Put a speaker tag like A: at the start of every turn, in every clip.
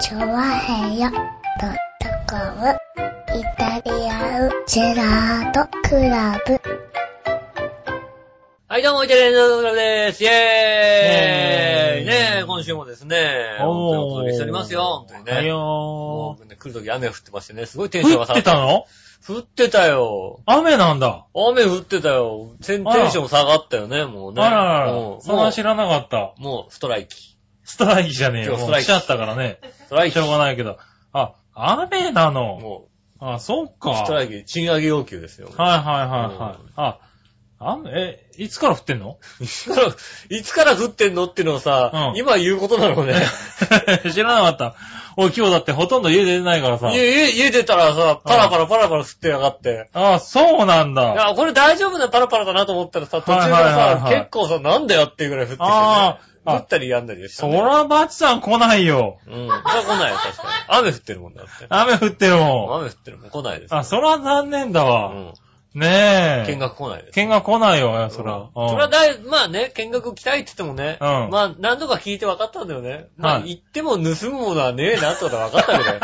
A: チョワヘヨドットコムイタリアンジェラートクラブ。
B: はい、どうも、イタリアンジェラートクラブです。イェー
C: イェー
B: イ
C: イ
B: ねえ、今週もですね、本当にお届けしておりますよ、本当に
C: はい
B: ね。も
C: よ
B: うね来るとき雨降ってましてね、すごいテンション
C: ー。
B: が
C: 降っ
B: 下が
C: てたの
B: 降ってたよ。
C: 雨なんだ。
B: 雨降ってたよ。テン
C: あら
B: テンション下がったよね、もう
C: あ
B: ね。
C: ららら
B: も。う
C: それは
B: も
C: 知らなかった。
B: う、もうストライキ。
C: ストライキじゃねえ
B: 今
C: よ。
B: 日ス
C: もう
B: トライ
C: 来
B: キ
C: ちゃったからね。
B: ストライ
C: し
B: キ。
C: ょうがないけど。あ、雨なの。
B: も
C: あ、そっ
B: う、
C: か。
B: ストライキ、賃上げ要求ですよ。
C: はいはいはいはい。あ、雨、え、いつから降ってんの
B: いつから、 いつから降ってんのっていうのをさ、
C: うん
B: 今言うことなの ね。
C: 知らなかった。おい、今日だってほとんど家出てないからさ。
B: 家、家、家出たらさ、パラパラパラパラ降ってやがって。
C: あ、そうなん
B: い
C: だ。
B: や、これ大丈夫なパラパラかなと思ったらさ、途中か
C: はい
B: ら
C: はい
B: さ
C: は、いはい
B: 結構さ、なんだよっていうぐらい降ってきて
C: あー
B: ね、
C: あ
B: 降ったりやんだりした
C: そ
B: ね。
C: ら、バチさん来ないよ。
B: うん。そら来ないよ、確かに。雨降ってるもんだって。
C: 雨降ってるもん。
B: 雨降ってるもん来ないです。
C: あ、そら残念だ
B: う
C: わ。
B: ん。
C: ねえ。
B: 見学来ないです。
C: 見学来ないよ、あやそら。
B: うんそれはだい、まあね、見学来たいって言ってもね、
C: うん
B: まあ何度か聞いて分かったんだよね。まあ
C: はい
B: 行っても盗むものはねえなってことは分かった けどね。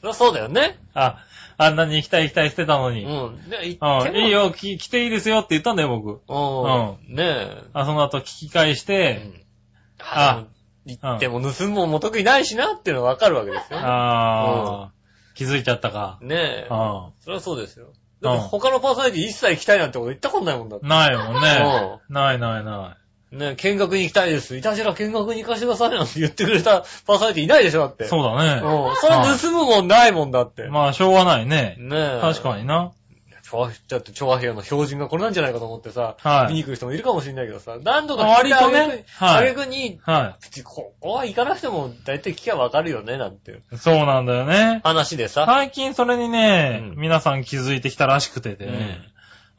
B: そりゃそうだよね。
C: あ、あんなに行きたい行きたいしてたの
B: う
C: に。
B: ん。で行っ
C: う
B: て
C: ん。
B: も
C: いい。よ、き来ていいですよって言ったんだよ、僕。
B: うん。ね
C: あ、その後聞き返し
B: え。う
C: て、
B: ん。あ行っても盗むもんも特にないしなっていうのは分かるわけですよ。
C: ああ、気づいちゃったか。
B: ねえ。
C: う
B: そりゃそうですよ。だって
C: うん
B: 他のパーソナリティ一切来たいなんてこと言ったことないもんだって
C: ん。。ないもんね。ないないな
B: ねえ、見学に行きたいです。いたしら見学に行かせてくださいなんて言ってくれたパーソナリティいないでしょ、だって。
C: い。そうだね。
B: うん。それは盗むもんないもんだって。
C: まあ、しょうがないね。
B: ねえ。
C: 確か
B: に。
C: にな。
B: だって、調和平和の標準がこれなんじゃないかと思ってさ、
C: はい
B: 見に来る人もいるかもしれないけどさ、何度か
C: 割と
B: 挙句に
C: ね。は
B: 挙
C: い。
B: 句に、
C: は
B: ここは行かなくても大体聞きゃわかるよね、なんて。
C: い。そうなんだよね。
B: 話でさ。
C: 最近それにね、
B: うん
C: 皆さん気づいてきたらしくてね、
B: うん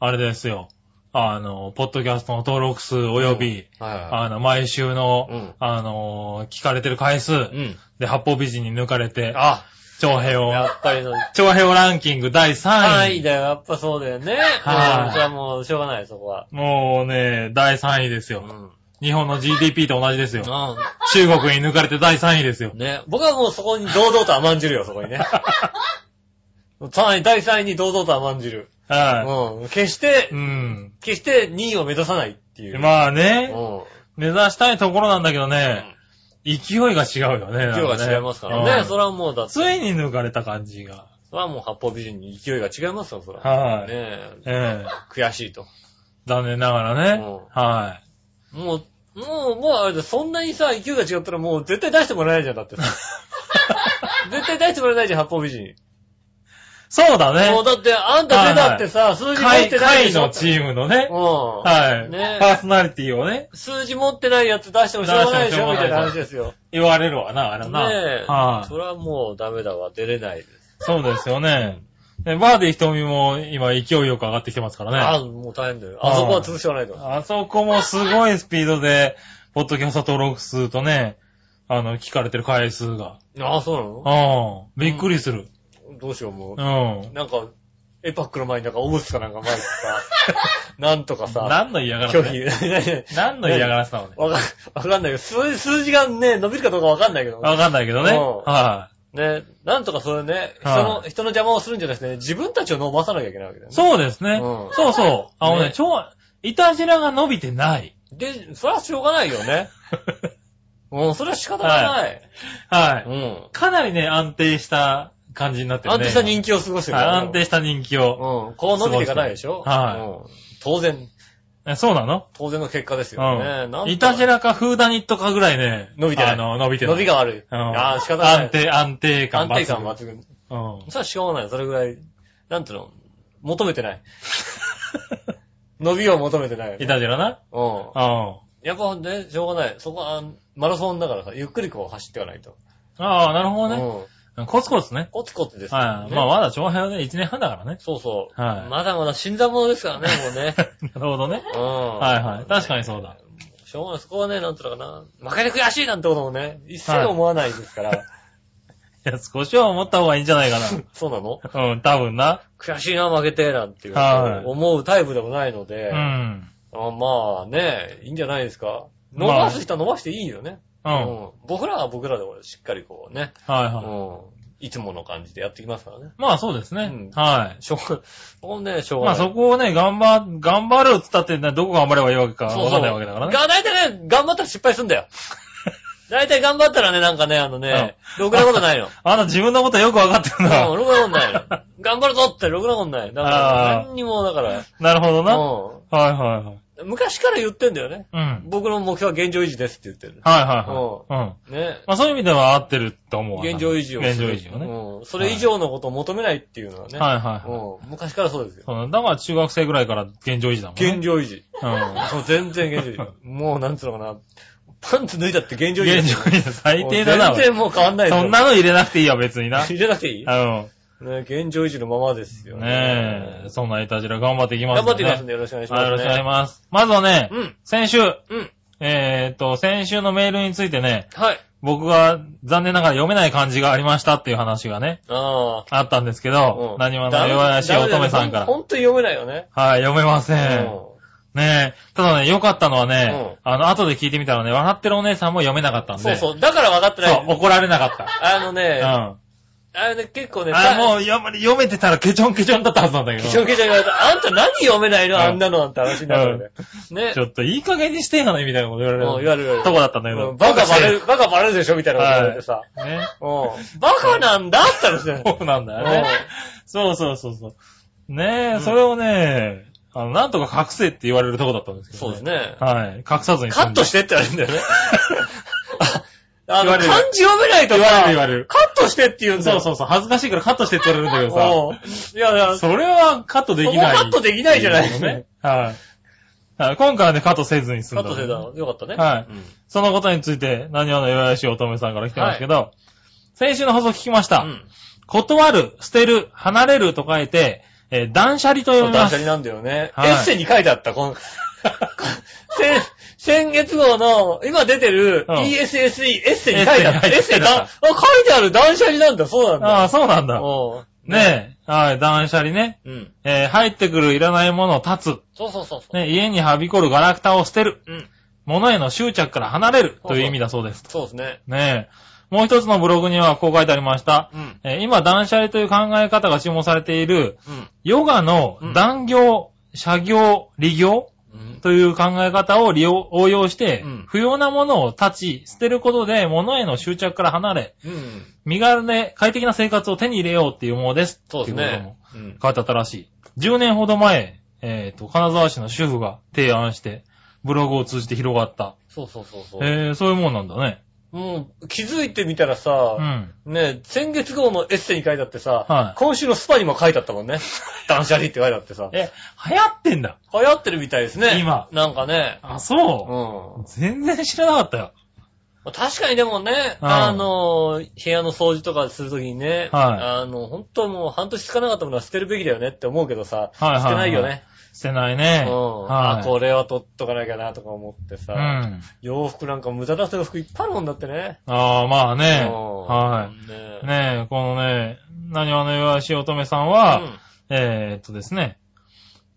C: あれですよ。あの、ポッドキャストの登録数及び、
B: はいは
C: あの、毎週の、
B: うん
C: あのー、聞かれてる回数、
B: い。うん。
C: で、八方美人に抜かれて、
B: あ、
C: 長平を、
B: やっぱりの、
C: 長平をランキング第3位。
B: はいだよ、やっぱそうだよね。
C: はい
B: うんそれはもう、しょうがない、そこは。
C: もうね、第3位です
B: う
C: よ。
B: ん。
C: 日本の GDP と同じですよ。
B: うん。
C: 中国に抜かれて第3位ですよ。
B: ね。僕はもうそこに堂々と甘んじるよ、そこにね。3位、第3位に堂々と甘んじる。
C: は
B: うん。決し
C: い。
B: て
C: う、ん。
B: 決して2位を目指さないっていう。
C: まあ
B: う
C: ね、
B: ん。
C: 目指したいところなんだけどね、勢いが違うよね。
B: 勢いが違いますから
C: う
B: ね。
C: ん
B: それはもうだって、
C: ついに抜かれた感じが。
B: それはもう八方美人に勢いが違いますよ、それは。
C: は
B: ね
C: い。
B: え、
C: ええ。
B: 悔しいと。
C: 残念ながらね
B: うん。
C: は
B: もう、もう、もうあれだ、そんなにさ、勢いが違ったらもう絶対出してもらえないじゃん、だ ってさ。絶対出してもらえないじゃん、八方美人。
C: い。そうだね
B: もう。だって、あんた出たってさ、数字持っ
C: 会、
B: てないで
C: 会
B: しょ
C: の。チームのね、
B: うん。
C: はい、
B: ね
C: パーソナリティをね、
B: 数字持ってないやつ出してもしょうがないでしょみたいな話ですよ。
C: 言われるわな、あれ
B: ね
C: な。
B: え。
C: はい、
B: それはもうダメだわ。出れないです。
C: そうですよね。でバーディー瞳も今勢いよく上がってきてますからね。
B: あ
C: あ
B: あ、もう大変だよ。あそこは潰しはないと。
C: そこもすごいスピードで、ポッドキャスト登録数とね、あの、聞かれてる回数が。
B: ああ、そうなの
C: うん。びっくりする。
B: どうしよう、も
C: う
B: う。
C: ん。
B: なんか、エパックの前になんかオブスかなんか前にさ、 なんとかさ、
C: 何の嫌がらせ
B: 拒
C: だよ
B: 否。
C: 何の嫌がらせなのね。
B: わかわかんないけど、数数字がね、伸びるかどうかわかんないけど。
C: わかんないけどね。
B: うん
C: は
B: ね、なんとかそれね、人の、人の邪魔をするんじゃなくてね、自分たちを伸ばさなきゃいけないわけだよ
C: い。
B: ね。
C: そうですね。
B: うん
C: そうそう。あのね、
B: ね
C: ちょ、いたじらが伸び てない。
B: で、それはしょうがないよ ね。うん、それは仕方がない。
C: はい。
B: うん。
C: かなりね、安定した感じになってる
B: 安
C: ね。
B: 定した人気を過ごしてる
C: はい
B: から。
C: 安定した人気
B: う
C: を。
B: ん。こう伸びていかないでしょ
C: はい
B: うん。当然、
C: えそうなの
B: 当然の結果ですよね。なん
C: う
B: と
C: ん。
B: か
C: いたじらかフーダニットかぐらいね。
B: 伸びてない
C: あの、伸びてない。
B: 伸びが悪い。
C: うん。
B: ああ、仕方ない。
C: 安定、安定感
B: 安定感
C: 抜
B: 抜群。
C: 群うん。
B: それはしょうがない。それぐらい、なんていうの、求めて ない。伸びを求めてない。
C: いたじらな。
B: うん。
C: うん。
B: やっぱね、しょうがない。そこは、あのマラソンだからさ、ゆっくりこう走っていかないと。
C: ああ、なるほどね。
B: うん。
C: コツコツね。
B: コツコツですよね。。
C: はい。まあ、まだ長編はね、1年半だからね
B: そうそう。
C: はい
B: まだまだ死んだものですからね、もう ね。
C: なるほどね。
B: うん。
C: はいはい。確かにそうだ。
B: しょうがない。そこはね、なんとかな。負けて悔しいなんてこともね、一切思わないですから。
C: いや、少しは思った方がいいんじゃな いか
B: そうなの
C: な。うん、多分な。
B: 悔しいな、負けて、なんていう、
C: はい
B: 思うタイプでもないので、
C: うん。
B: あまあね、いいんじゃないですか。伸
C: まあ
B: ばす人は伸ばしていいよね。
C: うん。はい
B: うん僕らは僕らでしっかりこうね、
C: はい。
B: うんいつもの感じでやってきますからね。
C: まあそうですね。
B: うん
C: はい。
B: しょうが、もうね、しょう
C: ま
B: が
C: あ
B: ない。
C: そこをね、頑張、頑張るっつったって、どこ頑張ればいいわけかわかんないわけだからね。
B: が、大体ね、頑張ったら失敗すん だよ。大体頑張ったらね、なんかね、あのね、ろくなこと ないの。
C: あなた自分のことよくわかってる
B: うん、
C: な。
B: ろくなことないの。頑張るぞって、ろくなことない。だから
C: あ、ー
B: 何にも、だから、
C: なるほどな。は
B: う
C: いはいはい。
B: ん昔から言ってんだよね。
C: うん。
B: 僕の目標は現状維持ですって言ってる。
C: はいはいはい。うん。
B: ね。
C: まあそういう意味では合ってると思うわ。
B: 現状維持をする。
C: 現状維持をね。
B: うん。それ以上のことを求めないっていうのはね。
C: はいはいはい。
B: うん。昔からそうですよ。
C: そうだから中学生ぐらいから現状維持だもんね。
B: 現状維 持。
C: うん。
B: そう、全然現状維持。もう、なんつうのかな。パンツ脱いだって現状維持。
C: 現状維持最低だな。
B: もう全然もう変わんないですよ
C: そん なの入れなくていいよ、別にな。
B: 入れなくていい
C: あ
B: ね現状維持のままですよ
C: の、
B: ね。
C: ねえ、そんないたじら頑張っていきます
B: 頑
C: ん
B: 張
C: で
B: っていきますんでよろしくお願いします、ね。
C: はい、よろしくお願いします。まずはね、
B: うん。
C: 先週、
B: うん。
C: えーっと、先週のメールについてね、
B: はい。
C: 僕が残念ながら読めない漢字がありましたっていう話がね、
B: あ
C: あったんですけ
B: あ。
C: ど、何はの弱々しい乙女さんから。
B: ほんと読めないよね。
C: はい、読めません。
B: う
C: ねえ、ただね、良かったのはね、あの、後で聞いてみたらね、笑ってるお姉さんも読めなかったん
B: ん。
C: で、
B: そうそう。だから分かってな
C: そう
B: い。
C: 怒られなかった。
B: あのね、
C: うん。
B: あれね、結構ね、
C: あ、
B: う、
C: もうやっぱり読めてたらケチョンケチョンだったはずなんだけど。
B: 一生懸命言われた。あんた何読めないの
C: うん
B: あんなのなんて話になるよね。ね
C: ち。ょっといい加減にしてやないみたいなこと言
B: うん
C: わ
B: 言わ
C: れ
B: れる言われ
C: る。
B: る
C: とこだったんだけど。
B: うんバカバレる、バカバレるでしょみたいなこと言われてさ。
C: ね。
B: うん。バカなんだって話 だよね。
C: そうなんだよね。そうそうそうそう。ねえ、それをね、あの、なんとか隠せって言われるとこだったんですけど。
B: そうです
C: ね。
B: ね。
C: はい。隠さず に。
B: カットしてって言われるん だよね。ああの、
C: 言われる
B: 漢字読めないと
C: 言
B: か、
C: われる
B: カ
C: 言われる。
B: ットしてって言うんだ
C: そ
B: よ。
C: うそうそう。恥ずかしいからカットしてって言われるんだけど
B: うんいやいや
C: さ。、それはカットできない。
B: そこカットできないじゃない
C: ってうね。はい。はい今回はね、カットせずに済ん
B: カッ
C: だ。
B: トしてたの。よかったね。
C: はい
B: うん。
C: そのことについて、何話の弱々しい乙女さんから来てますけど、先週の放送聞きました。
B: うん
C: 断る、捨てる、離れると書いて、えー断捨離と
B: そ
C: 読
B: う
C: みま
B: 断
C: す
B: 捨。離なんだよね。
C: はい
B: エッセイに書いてあった、こ の、先、先月号の、今出てる
C: うん
B: ESSE エッセイに書いてあった。
C: エ
B: エ
C: ッ
B: ッセ
C: セイ
B: イ
C: に書いてあ
B: だ、あ、書いてある断捨離なんだ、そうなんだ。
C: ああ、 そうなんだ。
B: うん
C: ねえ。はい、断捨離ね。
B: うん。
C: えー入ってくるいらないものを断つ。
B: そうそうそうそう。
C: ね、家にはびこるガラクタを捨てる。
B: うん。
C: 物への執着から離れるという意味だそうです。
B: そうですね。
C: ねえ。もう一つのブログにはこう書いてありました。
B: うん。
C: えー今、断捨離という考え方が注文されている、
B: うん
C: ヨガの断業、社業、利業
B: うん。
C: という考え方を利用応用して、
B: うん
C: 不要なものを断ち、捨てることで物への執着から離れ、
B: うん。
C: 身軽で快適な生活を手に入れようっていうものです。
B: そうです
C: っていうことも
B: ね。うん。
C: 書いてあったらしい。10年ほど前、えっ、と、金沢市の主婦が提案して、ブログを通じて広がった。
B: そうそうそうそう。
C: えー、そういうもんなんだね。
B: もう、気づいてみたら
C: う
B: さ、
C: ん。
B: ね、先月号のエッセイに書いてあって
C: は
B: さ
C: い、
B: 今週のスパにも書いてあったも んね。断捨離って書いてあってさ。
C: え、流行ってんだ。
B: 流行ってるみたいですね。
C: 今
B: なんかね。
C: あ、
B: うん
C: そう、。全然知らなかったよ。
B: まあ確かにでもね、
C: うん
B: あの、部屋の掃除とかするときにね、
C: は
B: あの、本当もう半年つかなかったものは捨てるべきだよねって思うけどさ、
C: はいはいはい
B: 捨てないよね。
C: 捨てないね。
B: うん。
C: はい
B: あ、これは取っとかなきゃなとか思って
C: う
B: さ、
C: ん。あ
B: 洋服なんか無駄な洋服いっぱいあるもんだってね。
C: あー、まあね。
B: うん
C: はい。
B: ねえ
C: ねえ、このね、何わの弱しい乙女さん
B: う
C: は、
B: ん
C: えーっとですね、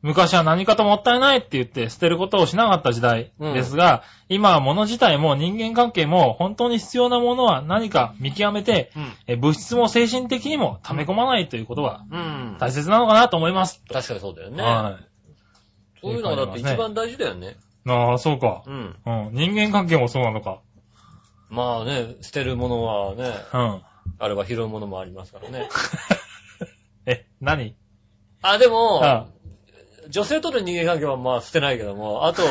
C: 昔は何かともったいないって言って捨てることをしなかった時代
B: うん
C: ですが、今は物自体も人間関係も本当に必要なものは何か見極めて、
B: うん。
C: え物質も精神的にも溜め込まないということが
B: うん。
C: 大切なのかなと思います。
B: 確かにそうだよね。
C: はい。
B: そういうのがだって一番大事だよね。
C: ああ、そうか。
B: うん。
C: うん。人間関係もそうなのか。
B: まあね、捨てるものはね、
C: うん。
B: あれば拾うものもありますから ね。
C: え、何
B: あ、でも、
C: は
B: 女性との人間関係はまあ捨てないけども、あと、
C: い。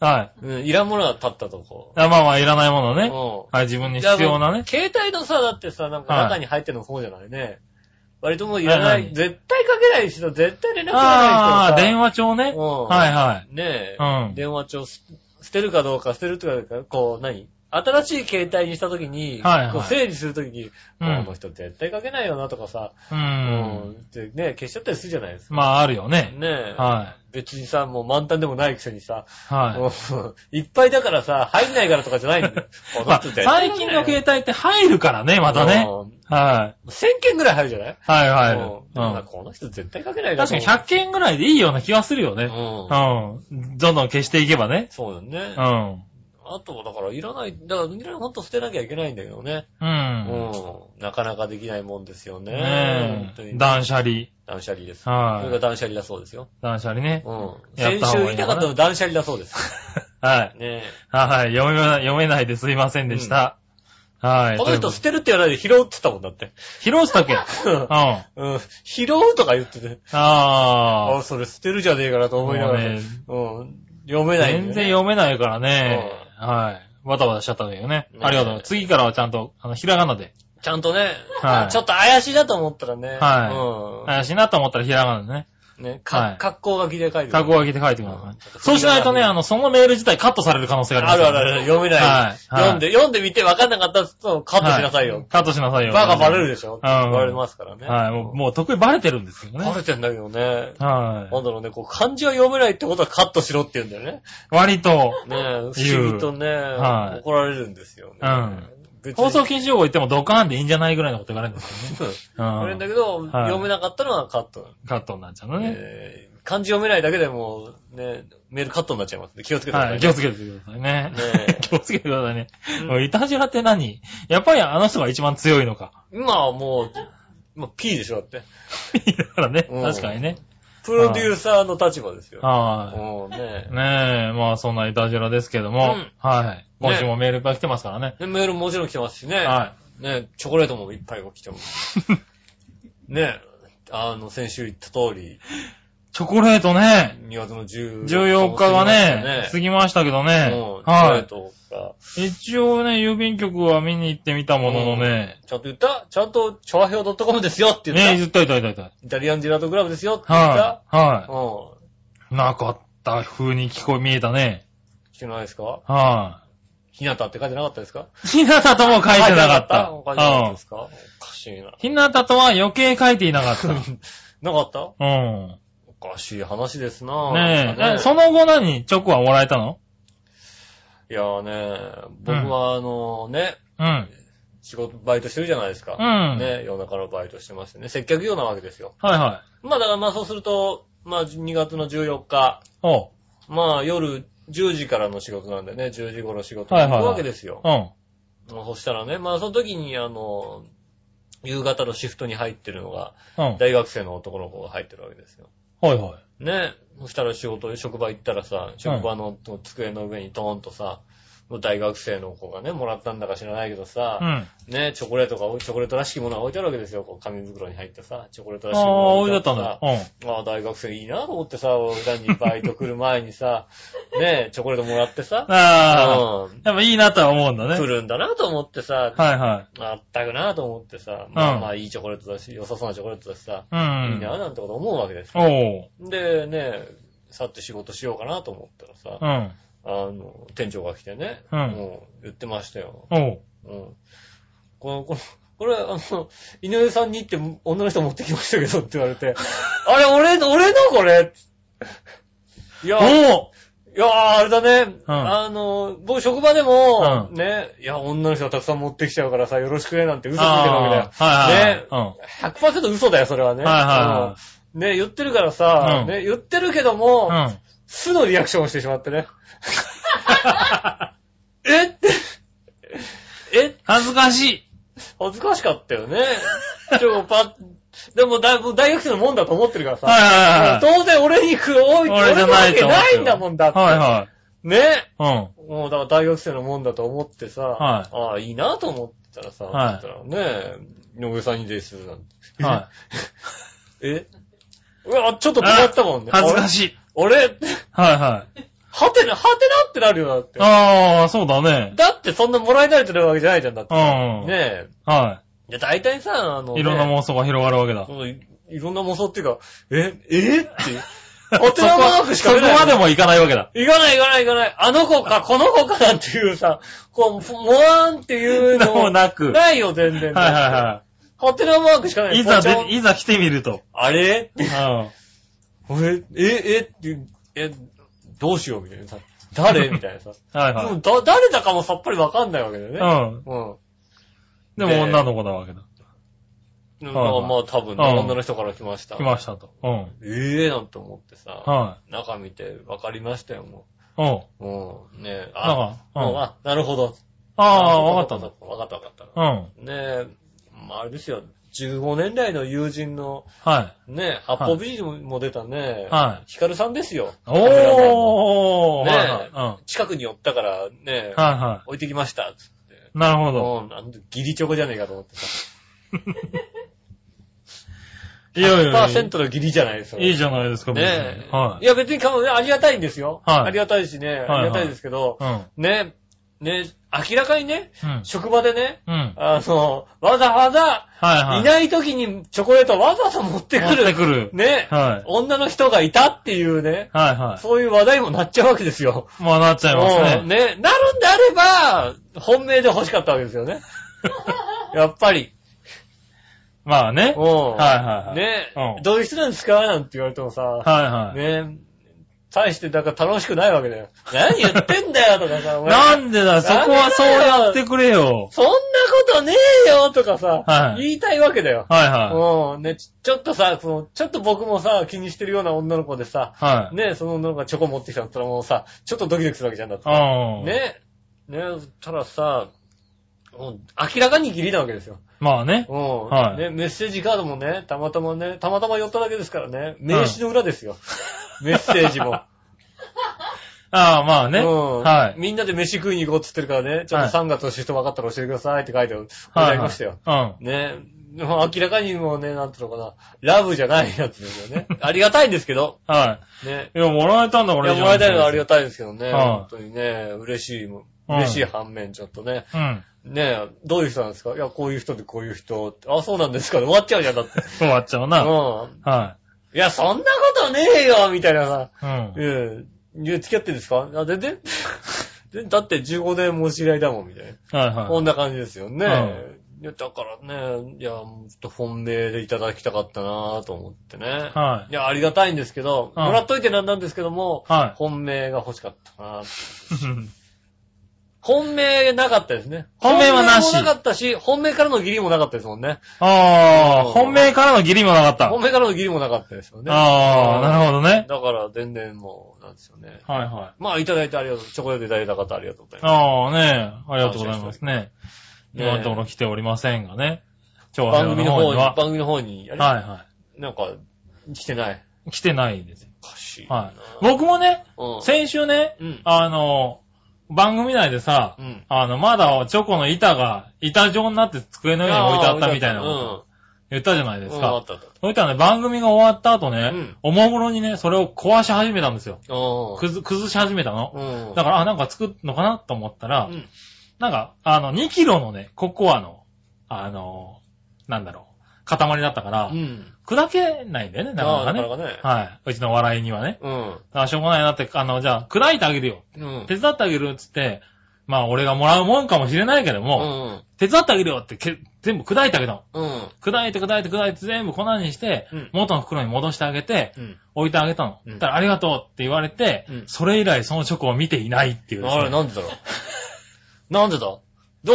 C: はい。
B: うん、いらんものは立ったとこ。
C: あまあまあ、いらないもの
B: う
C: ね。
B: ん。
C: はい、自分に必要なね。
B: 携帯のさ、だってさ、なんか
C: はい
B: 中に入ってるの方じゃないね。割ともういらな
C: はい
B: い。絶対かけないし、絶対連絡取ら
C: ああ、
B: ない人さ。
C: 電話帳ね。
B: うん
C: はいは
B: ねえ、
C: うん
B: 電話帳す捨てるかどうか、捨てるとか、こう、何新しい携帯にしたときに、
C: はいはい
B: こう整理するときに、
C: うん
B: この人絶対かけないよなとかさ、
C: い。う。
B: うんってね、消しちゃったりするじゃないですか。
C: まあ、あるよね。
B: ねえ、
C: は
B: 別にさ、もう満タンでもないくせにさ、
C: い。はい。
B: もう いっぱいだからさ、入んないからとかじゃ ないんだよこの
C: まあ
B: 人絶対かけ
C: 最
B: ないよ
C: 近の携帯って入るからね、またね。
B: うん
C: は
B: 1000件ぐらい入るじゃない
C: い。はいはい。
B: うんでもな
C: うん
B: かこの人絶対かけない
C: ん確かに100件ぐらいでいいような気がするよね。
B: 100
C: うん。どんどん消していけばね。
B: そうだね。
C: うん。
B: あとはだからいらない、だからいらない、ほんと捨てなきゃいけないんだけどね。
C: う。
B: うんん。なかなかできないもんですよね。
C: ね
B: 本当
C: え。
B: に
C: 断捨離。
B: 断捨離です。それが
C: はい。
B: 断捨離だそうですよ。
C: 断捨離ね。
B: うん。
C: やっ
B: 先
C: た方
B: 週
C: が
B: 言
C: い
B: い
C: い
B: たか
C: のかな
B: ったの断捨離だそうです。
C: はい。
B: ね
C: はい。読めな読めないですいませんでした。は
B: え。
C: い。
B: この人
C: という
B: 捨てるって言わないで拾うって言ったもんだって。
C: 拾 うしたっけうん。あ
B: うん。拾うとか言ってて。あ
C: あ
B: あ、それ捨てるじゃねえかなと思いながら。
C: も
B: う
C: う
B: ん
C: ね。
B: 読めないん
C: 全
B: だ
C: 然
B: よね。
C: 読めないからね。はい。わたわたしちゃったんだけどね
B: ね。
C: ありがとう。次からはちゃんと、あの、ひらがなで。
B: ちゃんとね、
C: はい
B: ちょっと怪しいなと思ったらね。
C: は怪しいなと思ったらひらがなでね。
B: うん。ね、
C: は
B: か、
C: い
B: 格好書きで書いてる
C: 格好を上げて書いてくだ
B: う
C: さ
B: ん
C: い。そうしないとね、あの、そのメール自体カットされる可能性がありま
B: あ
C: す
B: る
C: か
B: あ
C: らね。
B: るある、読めない。
C: はい
B: 読んで、読んでみて分かんなかったら、そうカットしなさい
C: は
B: よ。
C: カットしなさいよ。
B: バカバレるでしょ、
C: ん
B: 言われますからね。
C: はい。もう、もう、得意バレてるんですけどね。
B: バレてんだけどね。
C: はい
B: なん。だろうね、こう、漢字は読めないってことはカットしろって言うんだよね。
C: 割と、
B: ねえ、不思議とね、
C: はい
B: 怒られるんですよね。
C: うん
B: 別に。
C: 放送禁止用語言ってもドカーンでいいんじゃないぐらいのこと言われるんです
B: うん
C: よね。
B: 言われ
C: う
B: る
C: ん
B: んだけど、
C: い
B: 読めなかったのはカット。
C: カットになっちゃうのね。
B: えー漢字読めないだけでもう、ね、メールカットになっちゃいますんで気をつけてくださ
C: はい
B: ね。
C: い、気をつけてくださいね。
B: ねえ
C: 気をつけてくださいね
B: うん。
C: もういたじらって何やっぱりあの人が一番強いのか。
B: 今はもう、まあ、P でしょ、だって。
C: だからね、
B: うん
C: 確かにね。
B: プロデューサーの立場ですよ。
C: は
B: うんね
C: い。ねえ、まあそんないたじらですけど
B: う
C: も
B: ん、
C: はい。今週もメールいっぱい来てますからね。
B: でメールももちろん来てますしね。
C: は
B: ね、チョコレートもいっぱい来てます。 ね、あの、先週言った通り、
C: い。チョコレートね、
B: 2月の14
C: 14日がね、過
B: 次
C: ぎましたけど
B: ね、
C: ね
B: うん、。チョコレー
C: は
B: トが、
C: い。一応ね、郵便局は見に行ってみたもののね、
B: ちゃんと言ったちゃんと、チョアヘオ .com ですよって言
C: ね、
B: った。
C: 言ったいたいたいた。
B: イタリアンジェラートクラブですよって言った。
C: はい。は
B: う
C: い。なかった風に聞こえ、見えたね。
B: ん。知らないですか
C: は
B: ひなたって書いてなかったですか
C: い。ひなたとも書いてなかった。
B: 書いてなかった
C: う
B: で
C: ん。
B: すかおかしいな。
C: ひなたとは余計書いていなかった。う
B: なかった
C: ん。
B: おかしい話ですなぁ。
C: ねえ。
B: なんか
C: えその後何チョコはもらえたの
B: いやーね、僕はあのね、
C: うん。
B: 仕事、バイトしてるじゃないですか。
C: うん
B: ね、夜中のバイトしてましてね、接客業なわけですよ。
C: はいはい。
B: まあだからまあそうすると、まあ2月の14日、
C: おう。
B: まあ夜10時からの仕事なんでね、10時頃仕事に
C: はいはい
B: 行
C: はい
B: くわけですよ。
C: うん。
B: まあそしたらね、まあその時にあの、夕方のシフトに入ってるのが、
C: うん。はい
B: 大学生の男の子が入ってるわけですよ。
C: はい。
B: ね、そしたら仕事、職場行ったらさ、職場の机の上にトーンとさ、もう大学生の子がね、もらったんだか知らないけどさ、
C: うん。
B: ね、チョコレートが、チョコレートらしきものが置いてあるわけですよ。こう紙袋に入ってさ、チョコレートらし
C: あ
B: きもの
C: あ、
B: が
C: 置いて
B: て
C: あったんだ。う
B: ああ、大学生いいなと思ってさ、俺らにバイト来る前にさ、 ね、チョコレートもらってさ
C: ん。、ああ。
B: う
C: やっぱいいなとは思うんだ
B: ん、来
C: ね。
B: るんだなと思ってさ、
C: はいは
B: あったくなと思ってさ、まあ
C: うん
B: まあいいチョコレートだし、良さそうなチョコレートだしさ、
C: い。うん。
B: いいななんてこと思うわけです。
C: おう。
B: で、ね、去って仕事しようかなと思ったらさ、
C: うん。
B: あの、店長が来てね、
C: うん
B: もう言ってましたよ。
C: おう。
B: うん。この、この、これ、あの、井上さんに行って女の人持ってきましたけどって言われ て、あれ、俺、俺のこれいや、い
C: おう
B: やー、あれだね、
C: うん
B: あの、僕職場でも、
C: う
B: ね、いや、女の人がたくさん持ってきちゃうからさ、よろしくねなんて嘘ついてるわ
C: ああは
B: け
C: いは
B: だ
C: いはい
B: よ。ね。
C: うん。
B: 100%嘘だよ、それはね。
C: はいは
B: うんね、言ってるからさ、
C: うん
B: ね、言ってるけども、
C: うん。
B: 素のリアクションをしてしまって ね。えって、え
C: 恥ずかしい。
B: 恥ずかしかったよね。 ちょ、パッ、でも大大学生のもんだと思ってるからさ。
C: はいはいはい。
B: 当然俺に来る、おい、俺
C: 俺じ
B: の
C: ゃな
B: わ
C: い
B: け
C: と思って
B: ないんだもんだって。
C: はいはい。
B: ね。
C: うん。
B: もうだから大学生のもんだと思ってさ、
C: はい
B: ああ、いいなと思ってたらさ、
C: はい
B: そしたらね、井上さんにですなんて。
C: は
B: えうわ、ちょっと止まったもん
C: い。
B: ね。
C: 恥ずかしい。
B: 俺、俺
C: はいはい。
B: はてな、はてなってなるよ、だって。
C: ああ、そうだね。
B: だってそんなもらい慣れてるわけじゃないじゃん、だって。
C: うん。
B: ね
C: は
B: え。で、大体さ、あの、
C: い。
B: ね
C: いろんな妄想が広がるわけだ。
B: そういいろんな妄想っていうか、え、えって。お手玉マークしか出
C: そこ
B: ない。
C: までもいかないわけだ。
B: 行かない行かない行かない。あの子か、この子かなんていうさ、こう、もわーんっていうの
C: もうなく
B: ないよ、全然。
C: はいは
B: お手玉マークしかない。
C: はいい。いざ
B: ポチョン
C: で、いざ来てみ ると。
B: あれ
C: うん。は
B: 俺、え、え、って、え、どうしようみたいなさ。誰みたいなさ。
C: いは
B: も
C: い。
B: うだ誰だかもさっぱりわかんないわけだよ
C: う
B: ね。
C: ん。
B: うん。
C: でも女の子だわけだ。
B: まあ
C: はい
B: まあ多分ね、
C: うん
B: 女の人から来ました。
C: 来ましたと。うん。
B: ええなんて思ってさ、
C: は
B: 中見て分かりましたよ、も
C: い。うん。
B: うん。ねえ、
C: なん
B: あ、
C: かうん
B: うんあ、なるほど。
C: ああ、わかったんだ。
B: わかったわかった。
C: うん。
B: ねえ、まあ、あれですよ。15年来の友人の、
C: はい。
B: ねえ、八方美人もも出たね、。
C: はい
B: ヒカルさんですよ。
C: お
B: カメラマンの
C: ー
B: ねえ
C: はいはい。うん。は
B: 近くに寄ったから、ね
C: い
B: え、
C: は
B: 置いてきました、つって。
C: い。なるほど。
B: もう、なんで、ギリチョコじゃねえかと思ってさ。
C: いやいやいや。
B: 100%のギリじゃないですよ。
C: いいじゃないですか、別に
B: ねえ。
C: はい
B: い。や、別にかもね、ありがたいんですよ。
C: はい
B: ありがたいしね、
C: いはい
B: ありがたいですけど、
C: うん。
B: ね、ね、明らかにね、
C: うん。
B: 職場でね、
C: うん。
B: あの、わざわざ、
C: はいはい。
B: いない時にチョコレートをわざわざ持ってく
C: 持って
B: る、
C: くる。
B: ね、
C: はい。
B: 女の人がいたっていうね、
C: はいは
B: そういう話題もなっちゃうわけですよ。
C: い。まあなっちゃいます
B: もうね、
C: ね。
B: なるんであれば、本命で欲しかったわけですよね。やっぱり。
C: まあね。
B: うん。
C: はいはいはい
B: ね、
C: うん
B: どういう人なんですかなんて言われてもさ、
C: はいはい。
B: ね大してなんか楽しくないわけだよ。何言ってんだよとかさ、お前
C: なんでだ、そこはそうやってくれよ。
B: そんなことねえよとかさ、
C: はい
B: 言いたいわけだよ。
C: はいはい。
B: うん、ね、ちちょっとさ、その、ちょっと僕もさ、気にしてるような女の子でさ、
C: はい。
B: ね、その女の子がチョコ持ってきたんだったらもうさ、ちょっとドキドキするわけじゃんだって。
C: ああ。。
B: ね、ね、たらさ、もう明らかにギリなわけですよ。
C: まあね。
B: うん、
C: はい
B: ね、メッセージカードもね、たまたまね、たまたま寄っただけですからね、名刺の裏ですよ。メッセージも。
C: ああ、ま あね。
B: うん。
C: はい。
B: みんなで飯食いに行こうって言ってるからね、ちょっと3月のシフト分かったら教えてくださいって書いてある。
C: はい。
B: ありましたよ。
C: うん。
B: ねでも明らかにもうね、なんていうのかな、ラブじゃないやつですよね。ありがたいんですけど、
C: は
B: ね。
C: い。いや、もらえたんだか
B: い
C: ら
B: や、もらいたいのはありが
C: と
B: たいですけどね。
C: はい
B: 本当にね、嬉しいも、
C: うん
B: 嬉しい反面ちょっとね。
C: う。うん。
B: ねどういう人なんですかいや、こういう人でこういう人って。あ、そうなんですかで終わっちゃうじゃん、だって。
C: 終わっちゃう
B: う
C: な。
B: ん。
C: はい
B: や、そんなことねえよみたいなさ。
C: い。うん。
B: うん。いや付き合ってんですかあ、全然でだって15年も知り合いだもん、みたいな。
C: はい
B: こ
C: は
B: んな感じですよね。
C: う
B: いや、だからね、いや、もうちょっと本命でいただきたかったなぁと思ってね。
C: い。はい
B: や、ありがたいんですけど、
C: うん
B: もらっといてなんなんですけども、
C: い。は
B: 本命が欲しかったなぁ
C: い。
B: 本命なかったですね。
C: 本命はな
B: 本
C: し
B: 命もなかったし、本命からの義理もなかったですもんね。
C: あ
B: う
C: あ、
B: ん
C: 本命からの義理もなかった。
B: 本命からの義理もなかったですよね。
C: ああ、なるほどね。
B: だから、全然もう、なんですよね。
C: はいはい。
B: まあ、いただいてありがとう。チョコレートいただいた方ありがとうございます。
C: ああ、ねえ、ありがとうございますね。
B: ねえ
C: 今のところ来ておりませんがね。調和
B: 番
C: 表
B: 組
C: の
B: の
C: 方
B: 方
C: に
B: に、
C: は。
B: 番
C: は
B: 組の方に、あ
C: い
B: れ、
C: は
B: なんか、来てない。
C: い。来てないですよ。
B: おかしいな。
C: はい。僕もね、
B: うん
C: 先週ね、
B: うん。
C: あの、番組内でさ
B: う、ん。
C: あの、まだチョコの板が板状になって机の上に置いてあったみたいなこと言ったじゃない
B: うん。
C: で
B: う
C: す
B: ん、あ
C: か
B: っ。たあったあっ
C: そういったらね、番組が終わった後ね
B: うん、
C: おもむろにね、それを壊し始めたんですよ。
B: た。う
C: 崩崩し始めたの。
B: ん。うん。
C: だから、あ、なんか作るのかなと思ったら、
B: うん
C: なんか、あの、2キロのね、ココアの、あの、なんだろう、塊だったから、
B: うん。
C: 砕けないんだよね、な
B: あ
C: か
B: あな
C: なかね。
B: かなかね。
C: はい。うちの笑いにはね。
B: うん。
C: あ、しょうがないなって、あの、じゃあ、砕いてあげるよ。
B: うん。
C: 手伝ってあげるっつって、まあ、俺がもらうもんかもしれないけど
B: う
C: も、
B: ん。
C: 手伝ってあげるよってけ、全部砕いてあげたの。
B: うん。
C: 砕いて砕いて砕いて全部粉にして、
B: うん
C: 元の袋に戻してあげて、
B: うん。
C: 置いてあげたの。
B: うん
C: だからありがとうって言われて、
B: うん
C: それ以来そのチョコを見ていないっていうですね、
B: あれ、なんでだろう。なんでだど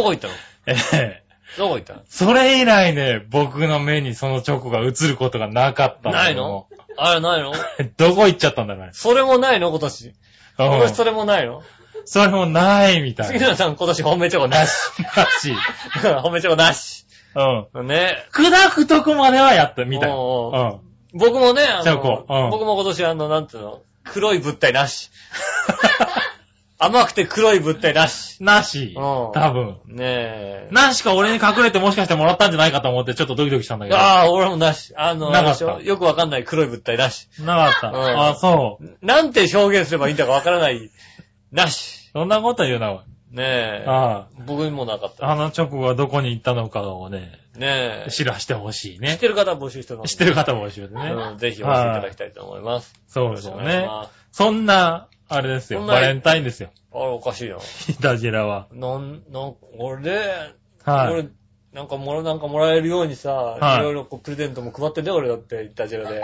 B: こ行ったの
C: ええ
B: どこ行ったの
C: それ以来ね、僕の目にそのチョコが映ることがなかったの
B: ないのあれ、ないの
C: もう どこ行っちゃったんだろうね。
B: それもないの今年。今
C: うん
B: 年それもないの
C: それもないみた
B: 杉
C: いな。
B: 村さん今年本命チョコなし。
C: らしい。
B: 本命チョコなし。
C: うん。
B: ね。
C: 砕くとこまではやった、みたいな。
B: おう
C: うん。
B: 僕もね、あ
C: チョコう
B: の、
C: ん
B: 僕も今年あの、なんていうの、黒い物体なし。 甘くて黒い物体なし。
C: なし。
B: うん
C: 多分。
B: ねえ。
C: なしか俺に隠れてもしかしてもらったんじゃないかと思ってちょっとドキドキしたんだけど。
B: ああ、俺もなし。あの、
C: な
B: あ
C: か
B: れ
C: っ
B: でしたょよくわかんない黒い物体なし。
C: なかった。
B: うん
C: あ、そう。
B: なんて表現すればいいんだかわからない、なし。
C: そんなこと言うな、おい。
B: ねえ。
C: あ
B: 僕にもなかっ
C: あ。あ
B: た。
C: のチョコがどこに行ったのかをね、
B: ねえ。
C: 知らしてほしい
B: 知っ
C: ね。
B: てる方は募集してます。
C: 知ってる方も教えてね。
B: うんぜひ教えていただきたいと思います。
C: そうですよ
B: よろしくお願い
C: ね
B: し。ます
C: そんな、あれですよ。
B: そんな
C: バレンタインですよ。
B: あれ、おかしいな。
C: いたじらは。
B: なん、なん、俺、
C: はい。
B: 俺、なんかもら、なんかもらえるようにさ、
C: はい
B: い、ろいろこうプレゼントも配ってんだよ、俺だって、イタジラ で。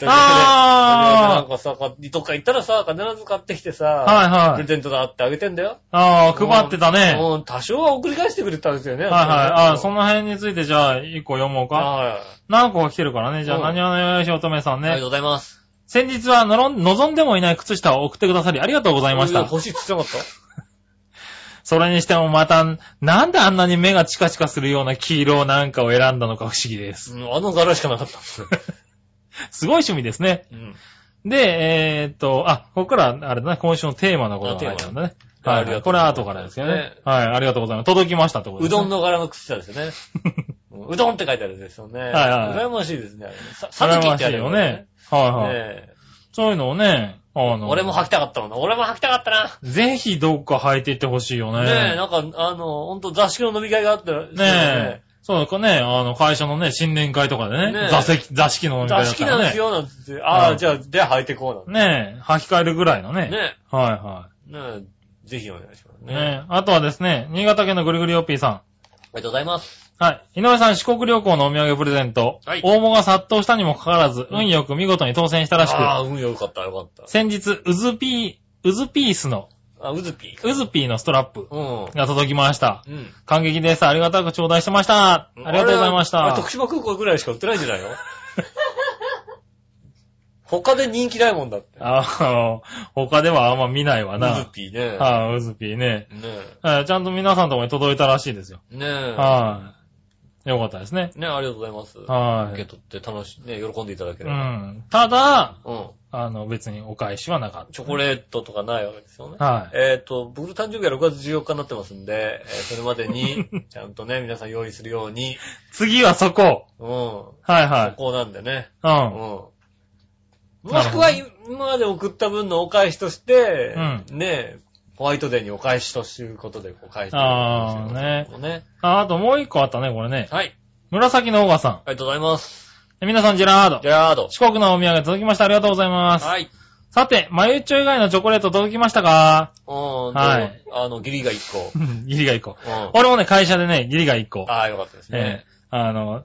C: あー
B: イタジラでなんかさ、買どっか行ったらさ、必ず買ってきてさ、
C: はいは
B: プレ
C: い。
B: ゼントだってあげてんだよ。
C: ああ、配ってたね。はいはい。
B: うん、多少は送り返してくれたんですよね。
C: ああ、そ
B: ん
C: の辺についてじゃあ、一個読もうか。
B: はい。
C: 何個か来てるからね。じゃあ、
B: うん
C: 何話のよしおとめさん
B: ありがと
C: ね
B: う。ございます。
C: 先日はのろん望んでもいない靴下を送ってくださりありがとうございまし
B: いや
C: た。
B: 欲しいって言ってなかっ
C: それにしてもまた、なんであんなに目がチカチカするような黄色なんかを選んだのか不思議で
B: た
C: す。
B: うんあの柄しかなかった。
C: すごい趣味ですね。
B: うん。
C: で、えーっと、あ、ここから、あれだね、今週のテーマのことが書いてあるんだね。
B: あ
C: は
B: テーマ
C: い、
B: あ
C: これは後からですけどね
B: ね。
C: はい、ありがとうございます。届きましたってこと
B: う
C: です、ね。
B: どんの柄の靴下ですよね。うどんって書いてあるんですよね。はい
C: はいはい
B: 羨ましいですね。あれねさ、さ
C: 羨
B: ぬきっ
C: ま
B: て
C: し
B: あ
C: い
B: る
C: よ
B: よ
C: ね
B: ね。。
C: はい
B: ね
C: はい、
B: え
C: そういうのをね、あの、
B: 俺も履きたかったもんな。俺も履きたかったな。
C: ぜひどっか履いていってほしいよね。
B: ねえ、なんか、あの、ほんと座敷の飲み会があったら、
C: ねえ。そうかね、あの、会社のね、新年会とかでね、
B: ねえ
C: 座席、座敷の飲み
B: 座
C: 会だっ
B: 敷
C: た
B: なん
C: ら
B: です
C: ね。
B: よ、なんつって。あ
C: う
B: あ、
C: ん
B: じゃあ、で、履いてこう
C: ねえ、履き替えるぐらいの
B: なんて。ね
C: はいは
B: え。ねえ、ぜひお願いします
C: い。
B: ね。
C: ねえ、あとはですね、新潟県のぐりぐりおっぴーさ
B: ありがとうございます。
C: ん。はい。井上さん、四国旅行のお土産プレゼント。
B: はい
C: 応募が殺到したにもかかわらず、運よく見事に当選したらしく、
B: ああ、運よかった、よかった。
C: 先日、うずピー、うずピースの、
B: あ、うずぴ
C: うずピーのストラップ
B: うん。
C: が届きました。
B: うん。
C: 感激です。ありがたく頂戴してました。ありがとうございまし
B: あれあ
C: た
B: れ。徳島空港ぐらいしか売ってないんじゃ ないの他で人気ないもんだって。
C: あの、他ではあんま見ないわ
B: うず
C: な。
B: ぴね。
C: はい、うずピー
B: ね
C: ね。はいちゃんと皆さんのとこに届いたらしいですよ。
B: え。ねえ。
C: はい。よかったですね。
B: ねえ、ありがとうございます。
C: はい
B: 受け取って楽し、ね、喜んでいただけ
C: う
B: れば。
C: ん。ただ、
B: うん。
C: あの、別にお返しはなかっ
B: チョコレートとかないわけですよね。
C: た。はい。
B: えっ、と、僕の誕生日は6月14日になってますんで、えーそれまで に、ちゃんとね、皆さん用意するように、
C: 次はそこ。
B: うん、こ
C: はいは
B: こなんでね、
C: い。
B: うん。
C: う
B: もしくは、今まで送った分のお返しとして、
C: う
B: ねえ、ホワイトデーにお返しということで、こう返して
C: あーね
B: もね。
C: ん。あ、あともう一個あったね、これね。
B: はい。
C: 紫のオーガさ
B: ありがとうございます。
C: ん。皆さん、ジェラード
B: ジ。ェラード。
C: 四国のお土産届きました。ありがとうございます。
B: はい。
C: さて、まゆっちょ以外のチョコレート届きましたか
B: うん、どう
C: はい
B: あの、ギリが1個。
C: ギリが1個。
B: うん。
C: 俺もね、会社でね、ギリが1個。
B: ああ、よかったです
C: え
B: ね
C: え。あの、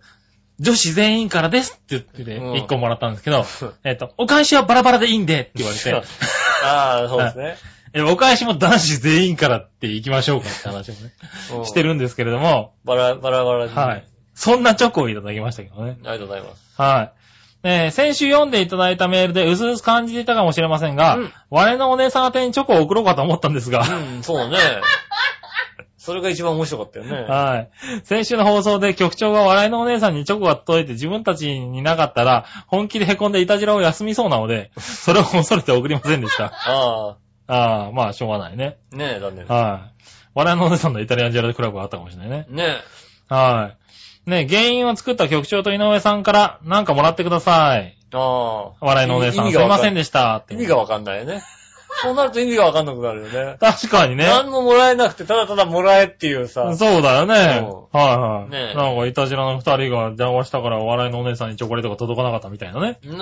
C: 女子全員からですって言ってね、
B: うん
C: 1個もらったんですけど、えっと、お返しはバラバラでいいんでって言われて、
B: ああ、そうですね。
C: えお返しも男子全員からって行きましょうかって話をね、
B: うん
C: してるんですけれども、
B: バラ、バラバラに
C: はい。そんなチョコをいただきましたけどね。
B: ありがとうございます。
C: はい。ねえ先週読んでいただいたメールでうすうす感じていたかもしれませんが、
B: うん
C: 我のお姉さん宛てにチョコを送ろうかと思ったんですが、
B: うん、そうね。それが一番面白かったよね。
C: はい。先週の放送で局長が笑いのお姉さんにチョコが届いて自分たちになかったら、本気で凹んでいたじらを休みそうなので、それを恐れて送りません でした。
B: あ
C: ああ、まあ、しょうがないね。
B: あ、ねえ、残念。
C: はい。笑いのお姉さんのイタリアンジェラートクラブがあったかもしれないね。
B: ね
C: はい。ね、原因を作った局長と井上さんから、なんかもらってくださ
B: え、
C: い。
B: ああ。
C: 笑いのお姉さん、すいませんで
B: し
C: した。って
B: 意味がわかんないよね。そうなると意味がわかんなくなるよね。
C: 確かにね。
B: 何ももらえなくて、ただただもらえっていうさ。
C: そうだよね。
B: そ
C: はいはい。
B: ねえ
C: なんか、いたじらの二人が邪魔したから、笑いのお姉さんにチョコレートが届かなかったみたいなね。
B: ね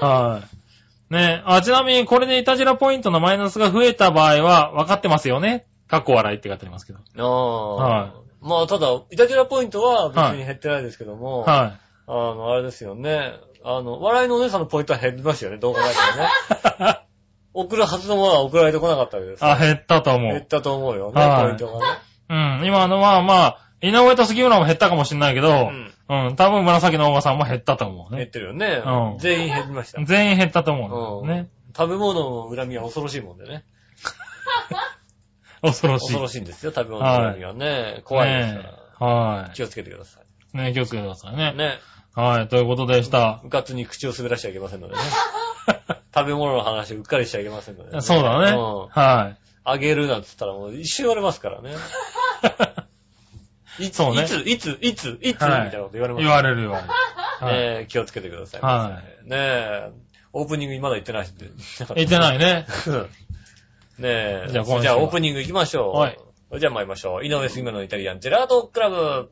C: はい。ねえ、あ、ちなみにこれでいたじらポイントのマイナスが増えた場合は、分かってますよね過去笑いって書いてありますけど。
B: え。ああ。
C: はい
B: まあ、ただ、イタジラポイントは別に減ってないですけども、
C: は
B: あの、あれですよね。あの、笑いのお姉さんのポイントは減りますよね、どう考えてもね。
C: い。
B: 送るはずのものは送られてこなかったわけですよ。
C: あ、減ったと思
B: 減っ
C: う。
B: たと思うよね、
C: はい
B: ポイントがね。
C: うん、今のはまあ、井上と杉村も減ったかもしれないけど、うん、多分紫のオーガさんも減ったと思う
B: 減っ
C: ね。
B: てるよね。
C: うん
B: 全員減りました。
C: 全員減ったと思う
B: うんん
C: だよね。
B: 食べ物の恨みは恐ろしいもんでね。
C: 恐ろしい。
B: 恐ろしいんですよ、食べ物の恨みはね。怖いですか
C: ね
B: ら。
C: えは
B: 気をつけてくださ
C: い。ねえ気をつけてくださいね
B: い。。ね。
C: はい、ということでした。
B: うかつに口を滑らしちゃいけません のでね。食べ物の話うっかりしちゃいけませんので、
C: そうだね。
B: うん
C: は
B: あげるなんつったらもう一瞬言われます からね。いつ、
C: そうね
B: いつ、いつ、いつ、いつ、みたい
C: はい
B: なこと言われ
C: い。
B: ます
C: 言
B: から
C: われる よ。はい。
B: ねえ気をつけてください。
C: は
B: ねえ、オープニングにまだ行ってないし。
C: い。言ってな いね。
B: ねえ。
C: じ
B: じ
C: ゃ
B: ゃ
C: あ今週は
B: あ、オープニング行きましょう。
C: はい。
B: じゃあ参りましょう。井上杉村のイタリアンジェラートクラブ。